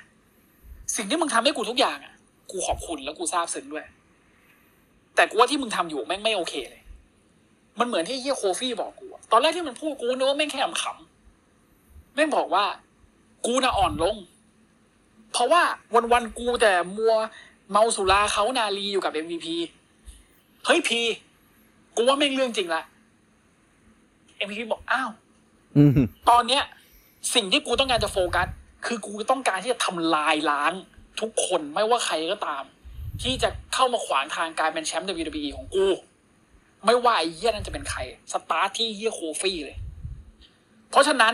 [SPEAKER 2] สิ่งที่มึงทำให้กูทุกอย่างอ่ะ กูขอบคุณแล้วกูซาบซึ้งด้วย แต่กูว่าที่มึงทำอยู่แม่งไม่โอเคเลย มันเหมือนที่เฮียโคฟี่บอกกูอะตอนแรกที่มันพูดกูนึกว่าแม่งแค่ขำๆแม่งบอกว่า กูน่ะอ่อนลง เพราะว่าวันวันๆกูแต่มัวเมาสุราเขานาลีอยู่กับ MVP เฮ้ยพี กูว่าแม่งเรื่องจริงละ MVP บอกอ้าว
[SPEAKER 1] อืม
[SPEAKER 2] ตอนเนี้ย สิ่งที่กูต้องการจะโฟกัส คือกูต้องการที่จะทำลายล้างทุกคนไม่ว่าใครก็ตาม ที่จะเข้ามาขวางทางการเป็นแชมป์ WWE ของกู ไม่ว่าไอ้เหี้ยนั่นจะเป็นใคร สตาร์ทที่เหี้ยโคฟี่เลย เพราะฉะนั้น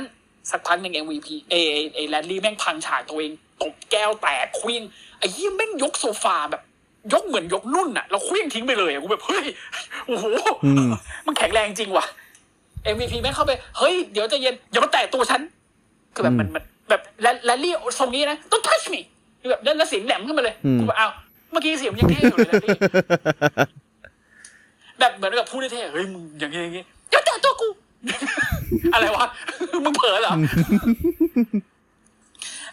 [SPEAKER 2] สักพักหนึ่ง MVP เอเอเอแรนลี่แม่งพังฉากตัวเองตบแก้วแตกเควี้ยงไอ้เหี้ยแม่งยกโซฟาแบบ ยกเหมือนยกนุ่นอะเราเควี้ยงทิ้งไปเลยอะกูแบบเฮ้ยโอ้โห
[SPEAKER 1] อืม
[SPEAKER 2] มันแข็งแรงจริงว่ะ MVP แม่งเข้าไป เฮ้ย เดี๋ยวใจะเย็น อย่ามาแตะตัวฉัน คือแบบมัน
[SPEAKER 1] อืม
[SPEAKER 2] มันแบบแลแลลี่ทรงนี้นะ ต้อง touch me คือแบบแล้วแล้วเสียงแหลมขึ้นมาเลย
[SPEAKER 1] อืม
[SPEAKER 2] กูแบบอ้าวเมื่อกี้เสียงมันยังเท่อยู่เลยแลลี่ แบบเหมือนกับพูดเท่ๆเฮ้ยมึงอย่างงี้อย่างงี้อย่าแตะตัวกู อะไรวะ มึงเผลอเหรอ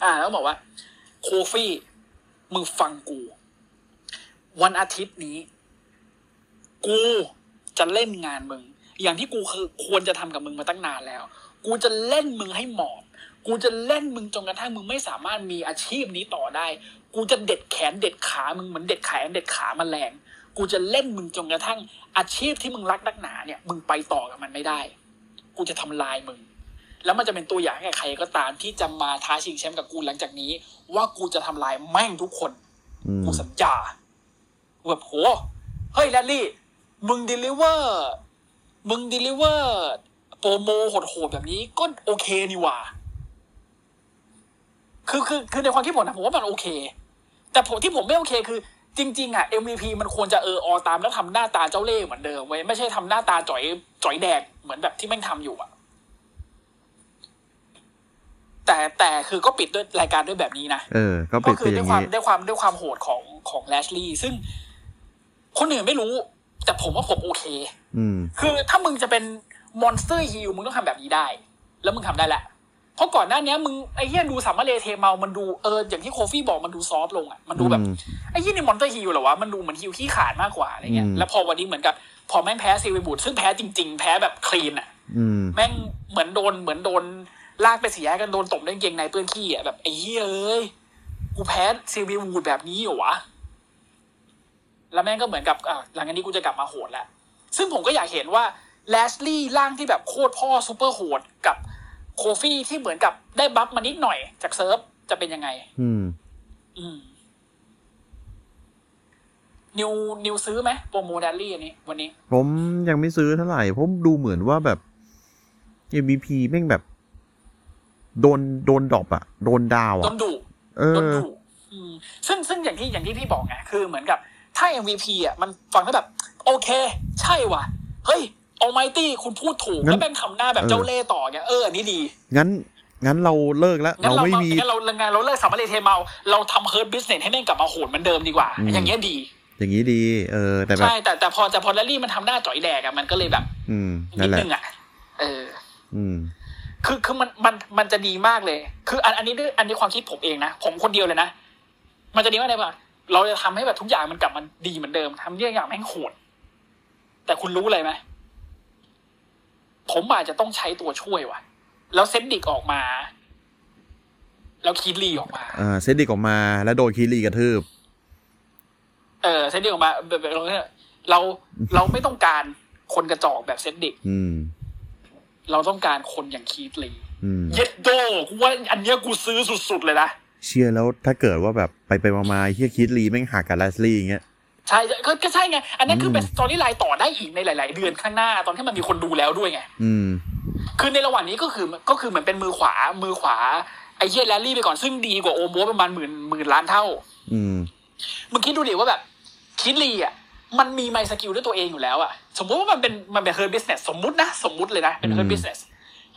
[SPEAKER 2] อ่า แล้วบอกว่า โคฟี่มึงฟังกู วันอาทิตย์นี้ กูจะเล่นงานมึง อย่างที่กูคือควรจะทำกับมึงมาตั้งนานแล้ว กูจะเล่นมึงให้หมอบ กูจะเล่นมึงจนกระทั่งมึงไม่สามารถมีอาชีพนี้ต่อได้ กูจะเด็ดแขนเด็ดขามึงเหมือนเด็ดแขนเด็ดขาแมลง กูจะเล่นมึงจนกระทั่งอาชีพที่มึงรักนักหนาเนี่ย มึงไปต่อกับมันไม่ได้ กูจะทำลายมึง แล้วมันจะเป็นตัวอย่างให้กับใครก็ตามที่จะมาท้าชิงแชมป์กับกูหลังจากนี้ ว่ากูจะทำลายแม่งทุกคน
[SPEAKER 1] อืม
[SPEAKER 2] กูสัญญาแบบโห เฮ้ยแรลลี่ มึงด e ลิเวอร์ มึงด e ลิเวอร์ โปรโมโหดๆแบบนี้ก็โอเคนี่หว่า คือคือคือในความคิดผมนะผมว่ามันโอเค แต่ผมที่ผมไม่โอเคคือ จริง ๆ อ่ะ MVP มันควรจะเอออตามแล้วทำหน้าตาเจ้าเล่ห์เหมือนเดิมเว้ยไม่ใช่ทำหน้าตาจ่อยจ่อยแดกเหมือนแบบที่แม่งทำอยู่อ่ะ แต่แต่คือก็ปิดด้วยรายการด้วยแบบนี้นะ
[SPEAKER 1] เออ ก็เป็
[SPEAKER 2] ก็
[SPEAKER 1] น
[SPEAKER 2] คื
[SPEAKER 1] ไป
[SPEAKER 2] อ
[SPEAKER 1] อ
[SPEAKER 2] ด้ว
[SPEAKER 1] ย่ายง
[SPEAKER 2] ความ
[SPEAKER 1] นี้
[SPEAKER 2] ด้วยความด้วยความโหดของของแลชลีย์ซึ่งคนอื่นไม่รู้ แต่ผมว่าผมโอเค
[SPEAKER 1] อืม
[SPEAKER 2] คือถ้ามึงจะเป็นมอนสเตอร์ฮิลมึงต้องทำแบบนี้ได้ แล้วมึงทำได้แหละ เพราะก่อนหน้าเนี้ยมึงไอ้เหี้ยดูสามะเลเทเมามันดูเอออย่างที่โคฟี่บอกมันดูซอฟต์ลงอ่ะมันดูแบบ
[SPEAKER 1] อืม
[SPEAKER 2] ไอ้ยี่นี่มอนเตอร์ฮิลเหรอวะ มันดูเหมือนฮิลขี้ขาดมากกว่าอะไรเงี้ย
[SPEAKER 1] อืม
[SPEAKER 2] แล้วพอวันนี้เหมือนกับ พอแม่งแพ้ซีวีบูดซึ่งแพ้จริง ๆ แพ้แบบคลีนอ่ะ
[SPEAKER 1] อืม
[SPEAKER 2] แม่งเหมือนโดนเหมือนโดนลากไปเสียกันโดนตบด้วยกางเกงในเปื้อนขี้อ่ะแบบไอ้เหี้ยเอ้ยกูแพ้ซีวีวูดแบบนี้เหรอวะ แล้วแม่งก็เหมือนกับอ่ะหลังจากนี้กูจะกลับมาโหดแล้วซึ่งผมก็อยากเห็นว่าแลชลี่ร่างที่แบบโคตรพ่อซูเปอร์โหดกับโคฟี่ที่เหมือนกับได้บัฟมานิดหน่อยจากเซิร์ฟจะเป็นยังไง
[SPEAKER 1] อืม
[SPEAKER 2] อืม นิวนิวซื้อไหมโปรโมเดลลี่อันนี้ วันนี้
[SPEAKER 1] ผมยังไม่ซื้อเท่าไหร่ ผมดูเหมือนว่าแบบ MVP แม่งแบบ โดนโดนดรอปอะโดนดาว
[SPEAKER 2] ต้
[SPEAKER 1] อะ
[SPEAKER 2] นดุ
[SPEAKER 1] เอ
[SPEAKER 2] โดน
[SPEAKER 1] อ
[SPEAKER 2] ดุอืมซึ่งซึ่งอย่างที่อย่างที่พี่บอกไงคือเหมือนกับ ถ้า MVP อ่ะมันฟังแล้วแบบ โอเค ใช่ว่ะ เฮ้ยอ l ไมตี้คุณพูดถูก
[SPEAKER 1] งั้น
[SPEAKER 2] แล้วแม่งทำหน้าแบบ
[SPEAKER 1] เออ
[SPEAKER 2] เจ้าเล่ห์ต่อไงเอออันนี้ดี
[SPEAKER 1] งั้น งั้นเราเลิกแล้ว
[SPEAKER 2] งั้น
[SPEAKER 1] เรา
[SPEAKER 2] เรา
[SPEAKER 1] ไม่
[SPEAKER 2] มา
[SPEAKER 1] มี
[SPEAKER 2] งั้นเรางานเราเลิกสามารถเลยเทเมา เราทำเฮิร์ตบิสเนสให้แม่งกลับมาโหดเหมือนเดิมดีกว่า
[SPEAKER 1] อืม
[SPEAKER 2] อย่างเงี้ยดี
[SPEAKER 1] อย่างนี้ดี เออ แต่แบบ
[SPEAKER 2] ใช่แต่แต่พอแต่พอแลลี่มันทำหน้าจ่อยแดกอ่ะมันก็เลยแบบ
[SPEAKER 1] อืม
[SPEAKER 2] นิ
[SPEAKER 1] นั่นแห
[SPEAKER 2] ด
[SPEAKER 1] ละ
[SPEAKER 2] นึงอ่ะเออ
[SPEAKER 1] อืม
[SPEAKER 2] คือคือมันมันมันจะดีมากเลย คืออันอันนี้ด้วยอันนี้ความคิดผมเองนะ ผมคนเดียวเลยนะ มันจะดีมากเลยว่าเราจะทำให้แบบทุกอย่างมันกลับมาดีเหมือนเดิมทำเรื่องอย่างแม่งโหด แต่คุณรู้อะไรไหมผมอาจจะต้องใช้ตัวช่วยว่ะ แล้วเซนดิกออกมา แล้วคีดลีออกมา
[SPEAKER 1] อ่า เซตดิกออกมา แล้วโดนคีรีกระทืบ
[SPEAKER 2] เออเซนดิกออกมาแบบแบบเราเราไม่ต้องการคนกระจอกแบบเซนดิก
[SPEAKER 1] อืม
[SPEAKER 2] เราต้องการคนอย่างคีดลี
[SPEAKER 1] อืม
[SPEAKER 2] เย็ดโดกูว่าอันเนี้ยกูซื้อสุดๆเลยนะ
[SPEAKER 1] เชียร์แล้วถ้าเกิดว่าแบบไปไปมามาๆเฮียคิดลีแม่งหักกับแลสลี่อย่างเงี้ย
[SPEAKER 2] ใช่ก็ก็ใช่ไง อันนั้นคือ
[SPEAKER 1] ม
[SPEAKER 2] เป็นสตอรี่ไลน์ต่อได้อีกในหลาย ๆ เดือนข้างหน้า ตอนที่มันมีคนดูแล้วด้วยไง
[SPEAKER 1] อืม
[SPEAKER 2] คือในระหว่างนี้ก็คือก็คือเหมือนเป็นมือขวา มือขวา ไอ้เหี้ยแรลลี่ไปก่อนซึ่งดีกว่าโอโมประมาณหมื่นหมื่นล้านเท่า
[SPEAKER 1] อืม
[SPEAKER 2] มึงคิดดูดิว่าแบบ คิดลีอ่ะ มันมีไมสกิลด้วยตัวเองอยู่แล้วอ่ะ สมมุติว่ามันเป็นมันเป็นเฮิร์บิสเนสสมมุตินะ สมมุติเลยนะ เป็นเฮิร์
[SPEAKER 1] อืม
[SPEAKER 2] บิสเนส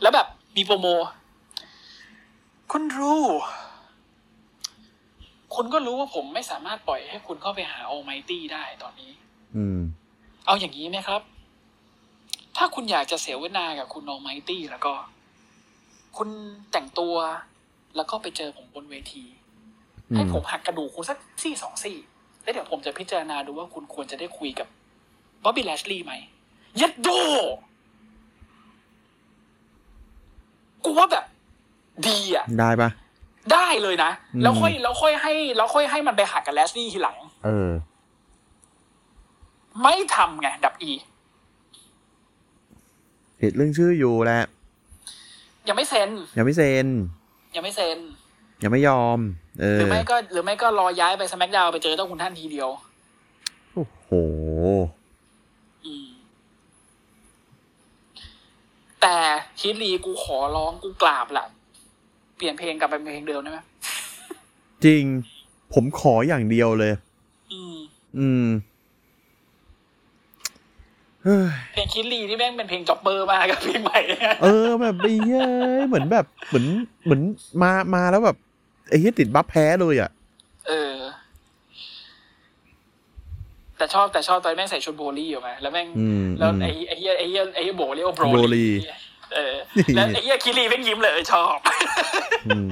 [SPEAKER 2] แล้วแบบมีโปรโม คุณรู้ คุณก็รู้ว่าผมไม่สามารถปล่อยให้คุณเข้าไปหาโอไมตี้ได้ตอนนี้
[SPEAKER 1] อืม
[SPEAKER 2] เอาอย่างนี้ไหมครับ ถ้าคุณอยากจะเสวนากับคุณโอไมตี้แล้วก็ คุณแต่งตัวแล้วก็ไปเจอผมบนเวที
[SPEAKER 1] อื
[SPEAKER 2] ให้
[SPEAKER 1] ม
[SPEAKER 2] ผมหักกระดูกคุณสักซี่สองซี่ แล้วเดี๋ยวผมจะพิจารณาดูว่าคุณควรจะได้คุยกับบ๊อบบี้แลชลีย์ไหมยัดโด กูว่าแบบ ดีอ่ะ
[SPEAKER 1] ได้ปะ
[SPEAKER 2] ได้เลยนะ
[SPEAKER 1] อืม
[SPEAKER 2] แล้วค่อยแล้วค่อยให้แล้วค่อยให้มันไปหักกับแลชลีย์ทีหลัง
[SPEAKER 1] เออ
[SPEAKER 2] ไม่ทำไง ดับอี
[SPEAKER 1] ผิดเรื่องชื่ออยู่แหละ
[SPEAKER 2] ยังไม่เซ็น
[SPEAKER 1] ยังไม่เซ็น
[SPEAKER 2] ยังไม่เซ็น
[SPEAKER 1] ยังไม่ยอม เอ
[SPEAKER 2] ห
[SPEAKER 1] อ
[SPEAKER 2] รือไม่ก็หรือไม่ก็รอย้ายไปสมักดาวไปเจอเจ้าคุณท่านทีเดียว
[SPEAKER 1] โอ้โห
[SPEAKER 2] อืม แต่ฮิตลีกูขอร้องกูกราบละเปลี่ยนเพลงกลับไปเป็นเพลงเดิมได้ไหม
[SPEAKER 1] จริง ผมขออย่างเดียวเลย
[SPEAKER 2] อืม
[SPEAKER 1] อืมเฮ้ย
[SPEAKER 2] เพลงคิดลีนี่แม่งเป็นเพลงจ็อบเบอร์มากกับเพลงใหม่เนี่ย
[SPEAKER 1] เออแบบไอ้เย้ยเหมือนแบบ เหมือนเหมือนมามาแล้วแบบไอ้เหี้ยติดบัฟแพ้เลยอ่ะ
[SPEAKER 2] เออ แต่ชอบแต่ชอบตอนแม่งใส่ชุดโบลี่อยู่ไหมแล้วแม่ง
[SPEAKER 1] อืม
[SPEAKER 2] แล้ว
[SPEAKER 1] อืม
[SPEAKER 2] ไอ้ไอ้เหี้ยไอ้เหี้ยไอ้เหี้ยโบเรียกว่าโบ
[SPEAKER 1] โบลี
[SPEAKER 2] ลีเออ แล้วไอ้เหี้ยคิดลีแม่งยิ้มเลยชอบ
[SPEAKER 1] อืม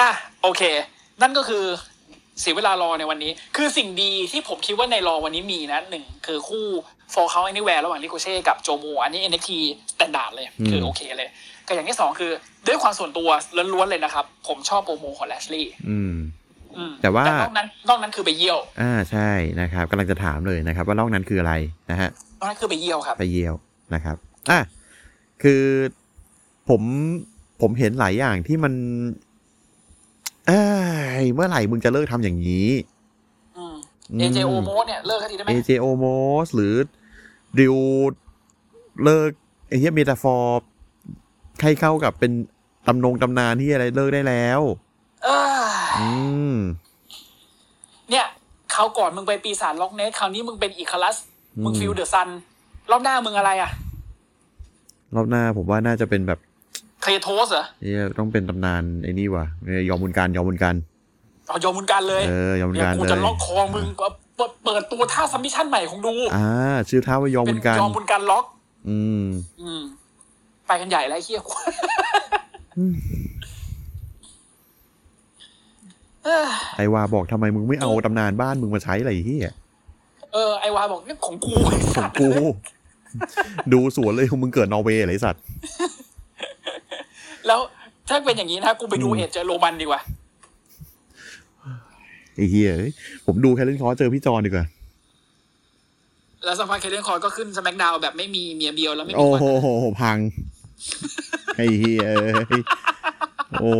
[SPEAKER 2] อ่ะโอเค นั่นก็คือเสียเวลารอในวันนี้ คือสิ่งดีที่ผมคิดว่าในรอวันนี้มีนะหนึ่งคือคู่ฟอร์เขา anywhere ระหว่างลิโกเช่กับโจโมอันนี้ NXT สแตนดาร์ดเลย
[SPEAKER 1] อืม
[SPEAKER 2] คือโอเคเลยกับอย่างที่สองคือ ด้วยความส่วนตัวล้วนๆเลยนะครับ ผมชอบโปรโมของแลชลี่
[SPEAKER 1] อืม
[SPEAKER 2] อืม
[SPEAKER 1] แต่ว่า
[SPEAKER 2] นอกนั้นนอกนั้นคือไปเยี่ยว
[SPEAKER 1] อ่าใช่นะครับกำลังจะถามเลยนะครับ ว่านอกนั้นคืออะไรนะฮะ
[SPEAKER 2] นอกนั้นคือไปเยี่ยวครับ
[SPEAKER 1] ไปเยลนะครับ อ่ะ คือผมผมเห็นหลายอย่างที่มันเอ้ยเมื่อไหร่มึงจะเลิกทำอย่างนี้
[SPEAKER 2] อืม
[SPEAKER 1] อืม
[SPEAKER 2] AJO โมดเนี่ยเลิกกันทีได้ไหม
[SPEAKER 1] AJO m o s หรือดิวเลิกไอ้เหี้ยเมตาฟอร์ใครเข้ากับเป็นตำนงตำนานที่อะไรเลิกได้แล้ว
[SPEAKER 2] เออ
[SPEAKER 1] อืม
[SPEAKER 2] เนี่ยคราวก่อนมึงไปปีศาจล็อกเนสคราวนี้มึงเป็นอีคาลัสมึง
[SPEAKER 1] อืม
[SPEAKER 2] ฟิลเดอะซันรอบหน้ามึงอะไรอ่ะ
[SPEAKER 1] รอบหน้าผมว่าน่าจะเป็นแบบ
[SPEAKER 2] เคลโทสเหรอ
[SPEAKER 1] เหี้ยต้องเป็นตำนานไอ้นี่ว่ะเอ้ยยอมบุญการยอมบุญการ
[SPEAKER 2] เอายอมมุนกันเลย
[SPEAKER 1] เออยอมบุญ
[SPEAKER 2] เดี๋ยว
[SPEAKER 1] การ
[SPEAKER 2] กู
[SPEAKER 1] เลย
[SPEAKER 2] จะล็อกคอมึงเปิดเปิดเปิดตัวท่าซัมมิชันใหม่ของดู
[SPEAKER 1] อ่าชื่อท้าว่ายอม
[SPEAKER 2] เป็
[SPEAKER 1] บุ
[SPEAKER 2] น
[SPEAKER 1] ญการ
[SPEAKER 2] ยอมบุญการล็อก
[SPEAKER 1] อืม
[SPEAKER 2] อืม ไปกันใหญ่แล้วไอ้เฮีย กู
[SPEAKER 1] อืม
[SPEAKER 2] เออ
[SPEAKER 1] ไอวาบอกทำไมมึงไม่เอาตำนานบ้านมึงมาใช้อะไรที่
[SPEAKER 2] เออ ไอวาบอกนี่ของกู
[SPEAKER 1] ของกู ดูสวนเลยมึงเกิดนอร์เวย์เหรอไอสัตว์
[SPEAKER 2] แล้วถ้าเป็นอย่างนี้นะกูไปดู
[SPEAKER 1] อืม
[SPEAKER 2] เอดเจอโรมันดีกว่า
[SPEAKER 1] ไอ้เหี้ยเอ้ยผมดูแคลรนคอร์สเจอพี่จอนดีกว่า
[SPEAKER 2] แล้วสัมภาษณ์เคเดนคอร์ก็ขึ้นสแมกดาวแบบไม่มีเมียเบียวแล้วไม่มี
[SPEAKER 1] โอ้
[SPEAKER 2] วัน
[SPEAKER 1] โหพัง ไอ้เหี้ยเอ้ยโอ้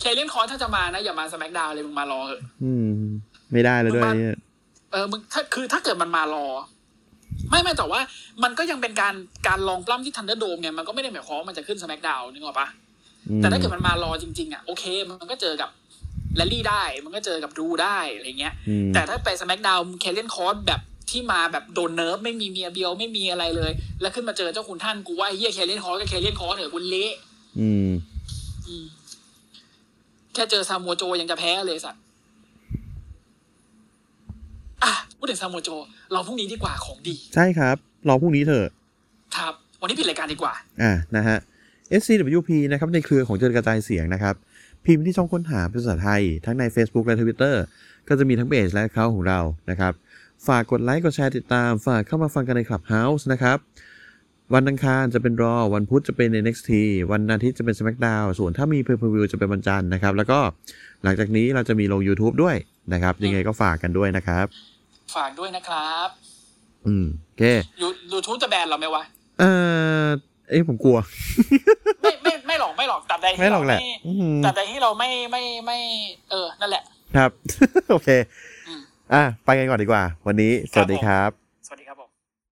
[SPEAKER 2] เคเดนคอร์ถ้าจะมานะ อย่ามาสแมกดาวเลยมึงมารอเถอะ
[SPEAKER 1] อืม ไม่ได้แล้วด้วยไอ้เหี้ย
[SPEAKER 2] เออมึงถ้าคือถ้าเกิดมันมารอ ไม่ไม่แต่ว่า มันก็ยังเป็นการการลองปล้ำที่ทันเดอร์โดมไงมันก็ไม่ได้หมายความว่ามันจะขึ้นสแมกดาวนึกออกปะ
[SPEAKER 1] อืม
[SPEAKER 2] แต่ถ้าเกิดมันมารอจริงๆอ่ะโอเค มันก็เจอกับแรลลี่ได้ มันก็เจอกับดูได้อะไรเงี้ย
[SPEAKER 1] อืม
[SPEAKER 2] แต่ถ้าไปสแมกดาวเคเลนคอร์สแบบที่มาแบบโดนเนิร์ฟไม่มีเมียเบียวไม่มีอะไรเลย แล้วขึ้นมาเจอเจ้าคุณท่านกูว่าไอ้เฮียเคเลนคอร์สกับเคเลนคอร์สเถอะคุณเละ
[SPEAKER 1] อืม
[SPEAKER 2] อืมแค่เจอซามัวโจยังจะแพ้เลยสัตว์อ่ะพูดถึงซามัวโจ เราพรุ่งนี้ดีกว่าของดี
[SPEAKER 1] ใช่ครับ รอพรุ่งนี้เถอะ
[SPEAKER 2] ครับ วันนี้ปิดรายการดีกว่า
[SPEAKER 1] อ่า นะฮะ SCWP นะครับ ในเครือของเจริญกระจายเสียงนะครับ พิมพ์ที่ช่องค้นหาเป็นภาษาไทย ทั้งใน Facebook และ Twitter ก็จะมีทั้งเพจและเขาของเรา นะครับ ฝากกดไลค์ กดแชร์ติดตาม ฝากเข้ามาฟังกันใน Clubhouse นะครับ วันอังคารจะเป็นรอ วันพุธจะเป็น NXT วันอาทิตย์จะเป็น SmackDown ส่วนถ้ามี Pay-Per-View จะเป็นวันจันทร์นะครับ แล้วก็หลังจากนี้เราจะมีลง YouTube ด้วยนะครับ ยังไงก็ฝากกันด้วยนะครับ
[SPEAKER 2] ฝากด้วยนะครับ
[SPEAKER 1] อืม โอเค
[SPEAKER 2] ยูยูทูบจะแบนเราไหมวะ
[SPEAKER 1] เอ่อ เอ้ยผมกลัว
[SPEAKER 2] ไม่ไม่ไม่หรอกไม่หรอกตับใดที่
[SPEAKER 1] ไม่หรอกแหละ
[SPEAKER 2] เา
[SPEAKER 1] อืม
[SPEAKER 2] ตับใดที่เราไม่ไม่ไม่ เออ นั่นแหละ
[SPEAKER 1] ครับ โอเค
[SPEAKER 2] อืม
[SPEAKER 1] อ่ะ ไปกันก่อนดีกว่า วันนี้ สวัสดี
[SPEAKER 2] ครับผ
[SPEAKER 1] ครับ
[SPEAKER 2] ม